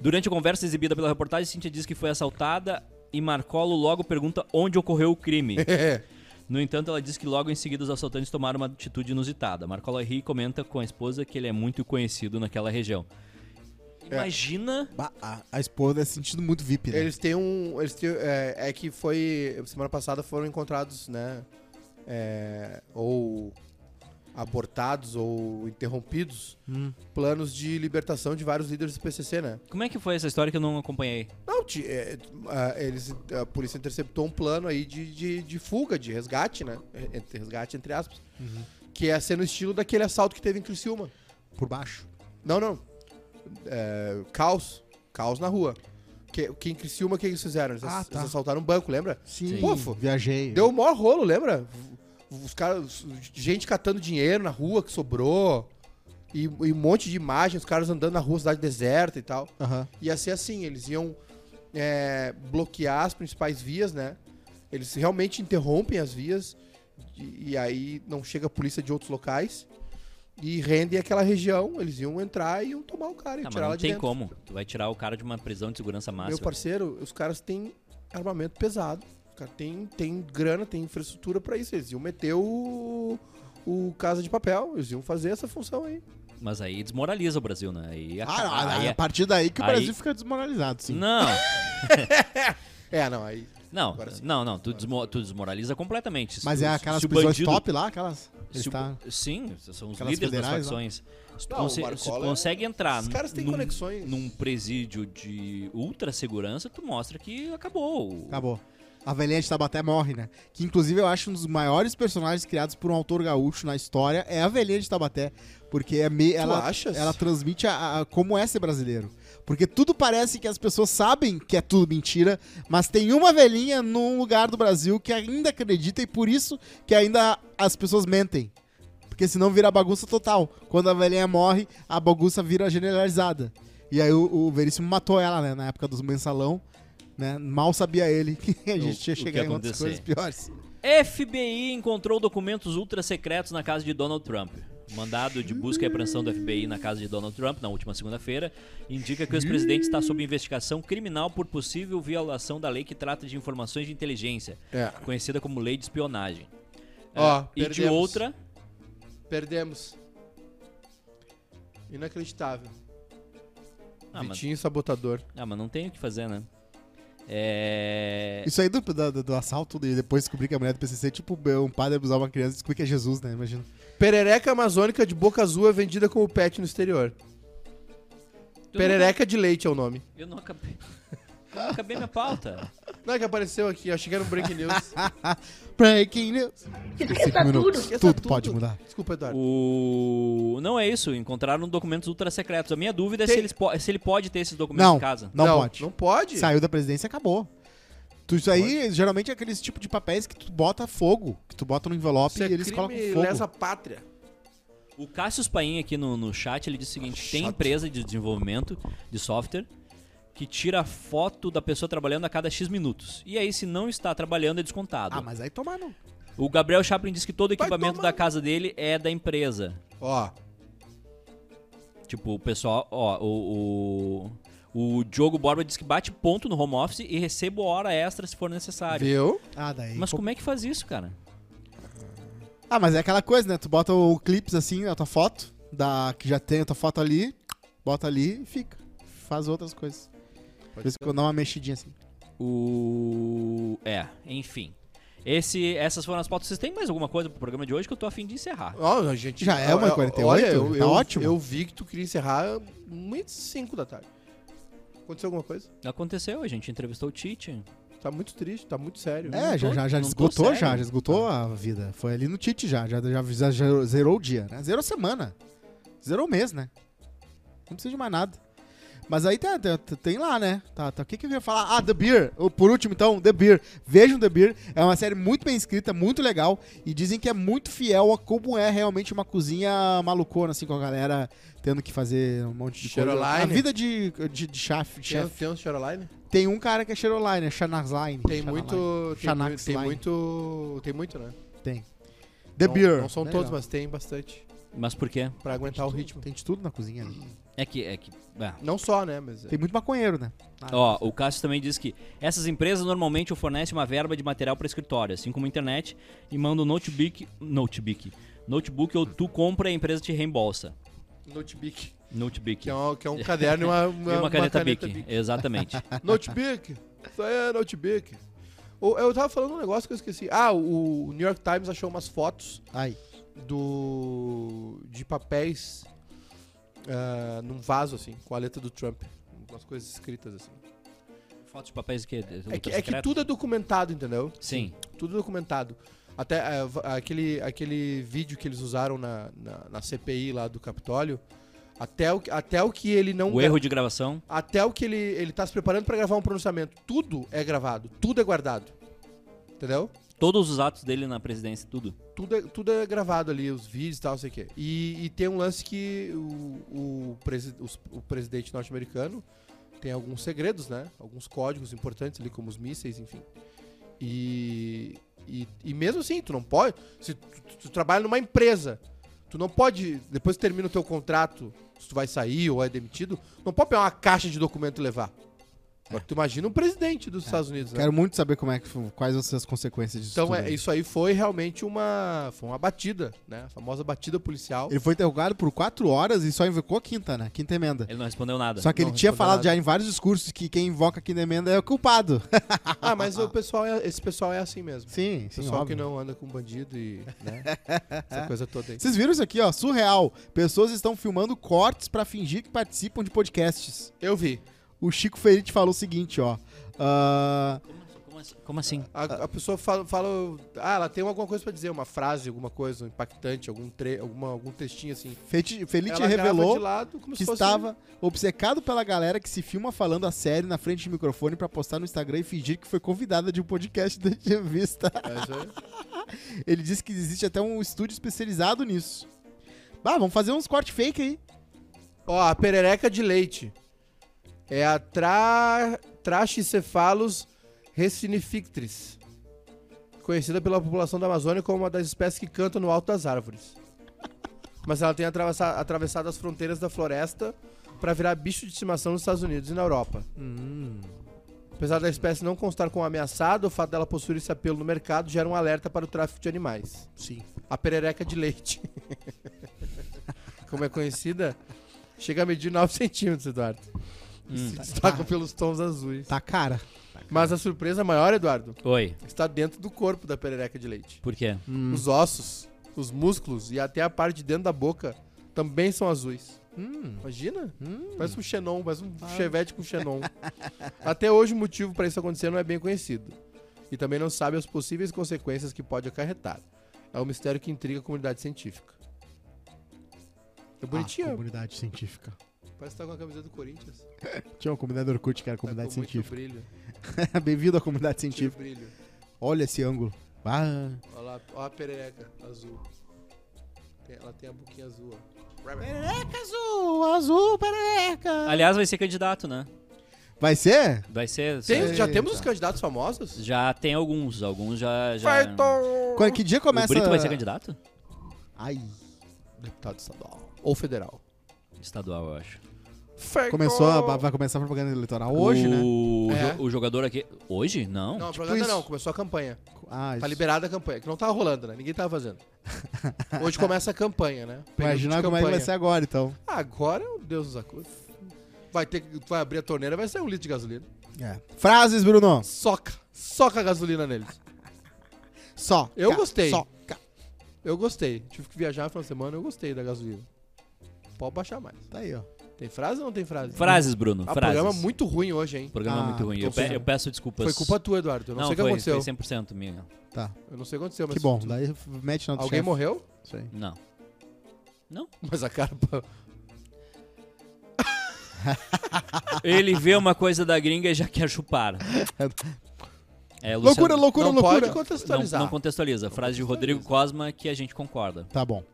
A: Durante a conversa exibida pela reportagem, Cíntia diz que foi assaltada e Marcolo logo pergunta onde ocorreu o crime.
B: É.
A: No entanto, ela diz que logo em seguida os assaltantes tomaram uma atitude inusitada. Marcola ri e comenta com a esposa que ele é muito conhecido naquela região. Imagina
D: Bah, a, a esposa deve sentindo muito VIP, né?
B: Eles têm um. Eles têm, é, é que foi. Semana passada foram encontrados, né? é, ou abortados ou interrompidos planos de libertação de vários líderes do PCC, né?
A: como é que foi essa história que eu não acompanhei.
B: Não, ti- é, ah, eles, a polícia interceptou um plano aí de, de, de fuga, de resgate, né? É, é, Resgate entre aspas.
D: Uhum.
B: Que é ser no estilo daquele assalto que teve em Criciúma.
D: Por baixo.
B: Não, não. É, caos. Caos na rua. Que, que em Criciúma, o que eles fizeram? Eles,
D: Ah,
B: ass-
D: tá.
B: eles assaltaram um banco, lembra?
D: Sim.
B: Pofo.
D: Viajei.
B: Deu o maior rolo, lembra? V- Os caras. Gente catando dinheiro na rua que sobrou. E, e um monte de imagens, os caras andando na rua, cidade deserta e tal.
D: Aham.
B: Ia ser assim, eles iam é, bloquear as principais vias, né? Eles realmente interrompem as vias e, e aí não chega a polícia de outros locais e rendem aquela região. Eles iam entrar e iam tomar o cara,
A: Ah,
B: iam
A: mas
B: tirar
A: não
B: lá
A: tem
B: de dentro.
A: como. Tu vai tirar o cara de uma prisão de segurança
B: Meu
A: máxima.
B: parceiro, os caras têm armamento pesado. Os caras têm, têm grana, têm infraestrutura pra isso. Eles iam meter o, o Casa de Papel. Eles iam fazer essa função aí.
A: Mas aí desmoraliza o Brasil, né? Aí,
D: Ah, não,
A: acaba- aí
D: aí,
A: é-
D: a partir daí que o
A: aí-
D: Brasil fica desmoralizado, sim.
A: Não,
B: É, não, aí.
A: não,
B: Agora sim.
A: não, não. Tu, desmo- tu desmoraliza completamente. Tipo, Se
D: Mas
A: tu-
D: é aquelas
A: se o
D: prisões
A: bandido-
D: top lá, aquelas.
A: se
D: Ele
A: o-
D: tá...
A: Sim, são os
D: Aquelas
A: líderes das
D: federais lá.
A: facções. Se tu,
B: Não, o
A: conse- se tu
B: Marcola é-
A: consegue entrar
B: Os caras têm
A: num,
B: conexões.
A: num presídio de ultra segurança, tu mostra que acabou.
D: Acabou. A velhinha de Tabaté morre, né? Que inclusive eu acho um dos maiores personagens criados por um autor gaúcho na história é a velhinha de Tabaté. Porque é me... ela,
B: achas?
D: ela transmite a, a- como é ser brasileiro. Porque tudo parece que as pessoas sabem que é tudo mentira, mas tem uma velhinha num lugar do Brasil que ainda acredita e por isso que ainda as pessoas mentem. Porque senão vira bagunça total. Quando a velhinha morre, a bagunça vira generalizada. E aí o, o Veríssimo matou ela, né? Na época dos mensalão. Né? Mal sabia ele que a
A: o
D: gente ia
A: que
D: chegar em outras
A: acontecer.
D: coisas piores.
A: FBI encontrou documentos ultra secretos na casa de Donald Trump. O Mandado de busca e apreensão do FBI na casa de Donald Trump na última segunda-feira indica que o ex-presidente está sob investigação criminal por possível violação da lei que trata de informações de inteligência,
B: É.
A: conhecida como lei de espionagem.
B: Ó,
A: Eh, e de
B: perdemos.
A: outra,
B: Perdemos. Inacreditável.
A: Ah, mas-
B: Vitinho sabotador.
A: ah, mas não tem o que fazer, né? É...
D: Isso aí do, do, do- do assalto e depois descobrir que a mulher do PCC é tipo um padre abusar uma criança e descobrir que é Jesus, né? Imagina.
B: Perereca amazônica de boca azul é vendida como pet no exterior.
A: Eu
B: Perereca de leite é o nome.
A: nunca- Eu não acabei. Eu não acabei minha pauta.
B: Não é que apareceu aqui, achei que era um break news.
D: Breaking news. Cinco minutos.
B: Esqueça
D: Tudo, pode mudar.
B: Desculpa, Eduardo.
A: O... Não é isso. Encontraram documentos ultra secretos. A minha dúvida é
B: Tem-
A: se, eles po- se ele pode ter esses documentos
D: Não,
A: em casa.
D: não, pode.
B: Não pode.
D: Saiu da presidência e acabou. Tu, isso aí, geralmente, é aqueles tipo de papéis que tu bota fogo. Que tu bota no envelope
B: Isso é
D: e eles
B: crime
D: colocam fogo.
B: lesa pátria.
A: O Cassius Paim aqui no, no chat, ele disse o seguinte, tem
B: Chato.
A: empresa de desenvolvimento de software que tira foto da pessoa trabalhando a cada X minutos. E aí, se não está trabalhando, é descontado.
D: Ah, mas aí tomaram.
A: O Gabriel Chaplin disse que todo
B: Vai
A: equipamento
B: tomar
A: da casa dele é da empresa.
B: Ó,
A: Tipo, o pessoal, ó, o, o, o Diogo Borba diz que bate ponto no home office e recebo hora extra se for necessário.
B: viu?
D: Ah, daí.
A: Mas como é que faz isso, cara?
D: Ah, mas é aquela coisa, né? Tu bota o clips assim, a tua foto, da... que já tem a tua foto ali, bota ali e fica. Faz outras coisas. Por isso que eu dou uma mexidinha assim.
A: O. É, enfim. Esse, essas foram as pautas. Vocês têm mais alguma coisa pro programa de hoje que eu tô afim de encerrar?
B: Ó, a gente...
D: Já é uma
B: ó, ó,
D: 48,
B: Olha, eu,
D: tá
B: eu-
D: ótimo.
B: Eu vi que tu queria encerrar muito 5 da tarde. Aconteceu alguma coisa?
A: Aconteceu, a gente entrevistou o Tite.
B: Tá muito triste, tá muito sério.
D: É, já,
A: tô-
D: já, já
A: não tô
D: esgotou,
A: sério. Tá.
D: já, já esgotou a vida. Foi ali no Tite já, já, já, já zerou, zerou o dia, né? Zerou a semana. Zerou o mês, né? Não precisa de mais nada. Mas aí tá- tá- tá- tem lá, né? Tá, tá. O que, que eu ia falar? Ah, The Beer. O- Por último, então, The Beer. Vejam The Beer. É uma série muito bem escrita, muito legal. E dizem que é muito fiel a como é realmente uma cozinha malucona, assim, com a galera tendo que fazer um monte de coisa.
B: Cheroline.
D: A vida de, de, de chef. de
B: Tem,
D: chef.
B: tem um Shoreline?
D: Tem um cara que é Cheroline, é Shanaxline.
B: Tem muito. Tem,
D: Xanax
B: mui- tem
D: Line.
B: muito. Tem muito, né?
D: Tem. The
B: não,
D: Beer.
B: Não são
D: Legal.
B: todos, mas tem bastante.
A: Mas por quê?
B: Pra aguentar o ritmo.
D: Tem de tudo na cozinha. né?
A: É que. É que ah.
B: Não só, né? Mas.
D: Tem muito maconheiro, né?
A: Ó, o Cássio também diz que essas empresas normalmente fornecem uma verba de material para escritório, assim como a internet, e manda um notebook, notebook, notebook ou tu compra e a empresa te reembolsa.
B: é, Notebook.
A: Notebook.
B: Que é um, que é um caderno e uma, uma,
A: e uma caneta, Bic,
B: Bic.
A: exatamente.
B: Notebook. Isso aí é notebook. O- Eu tava falando um negócio que eu esqueci. Ah, o o New York Times achou umas fotos
D: Ai.
B: do de papéis ah, num vaso, assim, com a letra do Trump. Umas coisas escritas, assim.
A: Fotos de papéis que
B: É que, é que tudo é documentado, entendeu?
A: Sim.
B: Tudo é documentado. Até ah, va- aquele, aquele vídeo que eles usaram na, na, na CPI lá do Capitólio, até o, que- até o que ele não...
A: O erro de gravação.
B: Até o que ele, ele tá se preparando pra gravar um pronunciamento. Tudo é gravado, tudo é guardado. Entendeu?
A: Todos os atos dele na presidência, tudo.
B: Tudo é, tudo é gravado ali, os vídeos e tal, não sei o quê. E, e tem um lance que o, o, presi- os- o presidente norte-americano tem alguns segredos, né? Alguns códigos importantes ali, como os mísseis, enfim. E, e, e mesmo assim, tu não pode. Se tu, tu- tu trabalha numa empresa, tu não pode. Depois que termina o teu contrato, se tu vai sair ou é demitido, não pode pegar uma caixa de documento e levar. Agora, tu imagina um presidente dos Estados Unidos, né?
D: Quero muito saber como é que, f- quais vão ser as consequências disso.
B: Então
D: tudo
B: é,
D: aí.
B: isso aí foi realmente uma. Foi uma batida, né? A famosa batida policial.
D: Ele foi interrogado por quatro horas e só invocou a quinta, né? Quinta emenda.
A: Ele não respondeu nada.
D: Só que
B: É, Não
D: ele tinha
B: respondeu
D: falado
B: nada.
D: já em vários discursos que quem invoca a quinta emenda é o culpado.
B: Ah, mas o pessoal é- esse pessoal é assim mesmo. O
D: Sim, sim,
B: pessoal
D: óbvio.
B: que não anda com bandido e. né? Essa coisa toda aí.
D: Vocês viram isso aqui, ó? Surreal. Pessoas estão filmando cortes pra fingir que participam de podcasts.
B: Eu vi.
D: O Chico Ferite falou o seguinte, ó. Ah,
A: Como assim? Como assim?
B: A, a pessoa fala, fala. Ah, ela tem alguma coisa pra dizer, uma frase, alguma coisa impactante, algum, tre alguma, algum textinho assim.
D: Feti- Felite
B: Ela grava de
D: revelou
B: lado como
D: que
B: se fosse. um
D: estava obcecado pela galera que se filma falando a série na frente de microfone pra postar no Instagram e fingir que foi convidada de um podcast da entrevista.
B: É, isso aí. é.
D: Ele disse que existe até um estúdio especializado nisso. Bah, vamos fazer uns cortes fake aí.
B: Ó, a perereca de leite. É a tra... Trachycephalus resinifictris. Conhecida pela população da Amazônia como uma das espécies que cantam no alto das árvores. Mas ela tem atravessa- atravessado as fronteiras da floresta para virar bicho de estimação nos Estados Unidos e na Europa. Apesar da espécie não constar como ameaçada, o fato dela possuir esse apelo no mercado gera um alerta para o tráfico de animais.
D: Sim.
B: A perereca de leite. Como é conhecida, chega a medir 9 centímetros, Eduardo. E se destaca pelos tons azuis.
D: Tá cara.
B: Ah, Mas a surpresa maior, Eduardo,
A: Oi.
B: está dentro do corpo da perereca de leite.
A: Por quê?
B: Os
D: Hum.
B: ossos, os músculos e até a parte de dentro da boca também são azuis.
D: Hum.
B: Imagina? Parece um xenon, parece um chevette com xenon. até hoje o motivo para isso acontecer não é bem conhecido. E também não sabe as possíveis consequências que pode acarretar. É um mistério que intriga a comunidade científica. É
D: Ah,
B: bonitinho,
D: comunidade científica.
B: parece que tá com a camisa do Corinthians.
D: Tinha uma comunidade do Orkut que era a comunidade
B: tá com
D: científica.
B: Muito brilho.
D: Bem-vindo à comunidade
B: Tira o
D: científica.
B: brilho.
D: Olha esse ângulo. Ah.
B: Olha lá, olha a perereca azul. Tem- ela tem a boquinha azul, ó.
D: Azul, azul,
B: Ah.
D: perereca.
A: Aliás, vai ser candidato, né?
D: Vai ser?
A: Vai ser.
B: Tem, já
D: Eita.
B: temos os candidatos famosos?
A: Já tem alguns. Alguns já. já...
D: Quando, que dia
A: O
D: começa?
A: Brito vai ser candidato?
D: Ai.
B: Deputado estadual. Ou federal.
A: Estadual, eu acho.
D: Começou, a- vai começar a propaganda eleitoral hoje,
A: o...
D: né?
A: jo-
B: É.
A: O jogador aqui. Hoje? Não.
B: Não, a
D: tipo
B: propaganda
D: isso.
B: não, começou a campanha.
D: Ah,
B: Tá
D: isso.
B: liberada a campanha, que não tava rolando, né? Ninguém tava fazendo. Hoje começa a campanha, né? Período
D: Imagina
B: de
D: como é que vai
B: campanha.
D: ser agora, então.
B: Agora, o Deus nos acuda. Vai ter que- vai abrir a torneira, vai sair um litro de gasolina.
D: É. Frases, Bruno.
B: Soca, soca a gasolina neles.
D: Só.
B: Eu
D: Ca-
B: gostei.
D: Só. Ca-
B: Eu gostei. Tive que viajar no final de semana, eu gostei da gasolina. Pode baixar mais.
D: Tá aí, ó.
B: Tem frase ou não tem frase?
A: Frases, Bruno.
B: Ah,
A: frases.
B: programa muito ruim hoje, hein?
A: Programa é
D: Ah,
A: muito ruim.
D: tô
A: Eu, pe-
D: vendo.
A: eu peço desculpas.
B: Foi culpa tua, Eduardo. Eu não, sei o que
A: foi,
B: aconteceu.
A: Foi 100% minha.
D: Tá.
B: Eu não sei o que aconteceu, mas.
D: Que bom.
B: tu-
D: Daí mete na do
B: Alguém
D: chefe.
B: morreu?
D: Isso aí.
A: Não.
B: Mas a cara. pa-
A: Ele vê uma coisa da gringa e já quer chupar. É, Luciano-
D: Loucura, loucura,
B: Não
D: loucura.
B: pode
A: Não,
B: contextualizar.
A: não contextualiza. Frase de Rodrigo Cosma que a gente concorda.
D: Tá bom.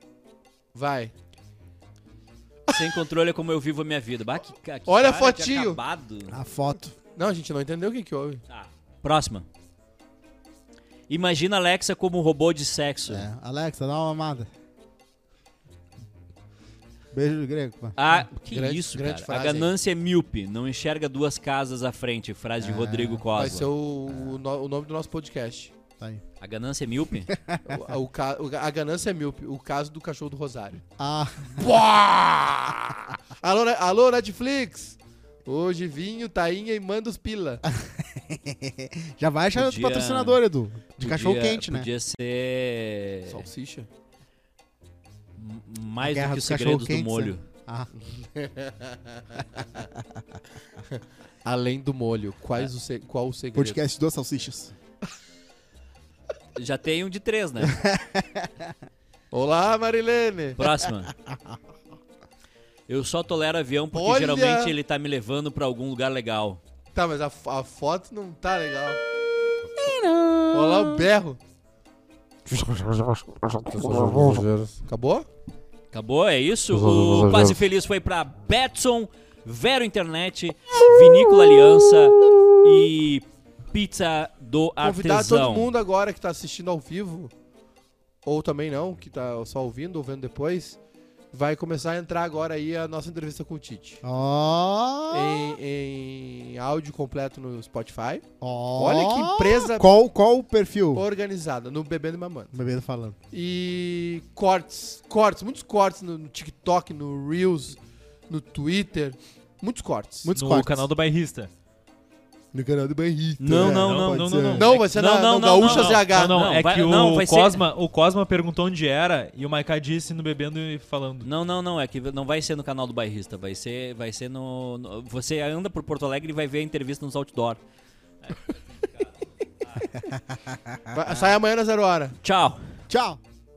B: Vai.
A: Sem controle é como eu vivo a minha vida. Bah, que ca- que
B: Olha a
A: cara, que
B: fotinho.
A: acabado.
D: A foto.
B: Não, a gente não entendeu o que que houve.
A: Tá. Próxima. Imagina Alexa como um robô de sexo.
D: É. Alexa, dá uma amada. Beijo do grego. pá.
A: A, Ah, que
B: Grande-
A: isso,
B: grande
A: cara.
B: frase,
A: a ganância é míope, não enxerga duas casas à frente. Frase de Rodrigo
B: Vai ser
A: Cosma.
B: o, o no- o nome do nosso podcast.
D: Tá aí.
A: A ganância é míope?
B: O- o ca- o- a ganância é míope. O caso do cachorro do Rosário.
D: Ah,
B: Buá! alô, Ne- alô, Netflix! Hoje vinho, tainha e manda os pila.
D: já vai achar outro
A: Podia-
D: patrocinador, Edu. De
A: Podia-
D: cachorro quente, né?
A: Podia ser
B: Salsicha.
A: m- mais
D: Guerra
A: do que os
D: dos
A: segredos do
D: cachorro-quentes,
A: molho.
D: Ah,
B: Além do molho, quais o se- qual o segredo?
D: podcast duas salsichas.
A: Já tem um de três, né?
B: Olá, Marilene!
A: Próxima. Eu só tolero avião porque
B: Olha!
A: geralmente ele tá me levando pra algum lugar legal.
B: Tá, mas a, fo- a foto não tá legal. Olá, o berro. Acabou?
A: Acabou? É isso? O Quase Feliz foi pra Betson, Vero Internet, Vinícola Aliança e Pizza do
B: Convidar todo
A: Artesão.
B: mundo agora que tá assistindo ao vivo, ou também não, que tá só ouvindo, ou vendo depois, vai começar a entrar agora aí a nossa entrevista com o Tite.
D: Ó.
B: Em, em áudio completo no Spotify.
D: Ó.
B: Olha que empresa
D: Qual, qual o perfil?
B: organizada, no Bebendo e Mamando.
D: O bebê tá falando.
B: E cortes, cortes, muitos cortes no, no TikTok, no Reels, no Twitter, muitos cortes.
D: Muitos
K: no
D: cortes.
K: canal do bairrista.
D: No canal do Banrito.
A: Não,
D: né?
A: não, não,
D: pode
K: não,
D: ser.
K: não,
B: Não, vai ser
A: Não,
B: na,
A: não,
B: no
A: não,
B: Gaúcha
A: não,
K: Não,
B: ZH.
K: não,
A: Não,
K: é
A: vai-
K: que o,
A: não, vai ser-
K: Cosma, o Cosma perguntou onde era e o Maiká disse no bebendo e falando.
A: Não, não, não, é que não vai ser no canal do bairrista, vai ser, vai ser no, no- você anda por Porto Alegre e vai ver a entrevista nos outdoor.
B: Vai- Sai amanhã na zero hora.
A: Tchau.
D: Tchau.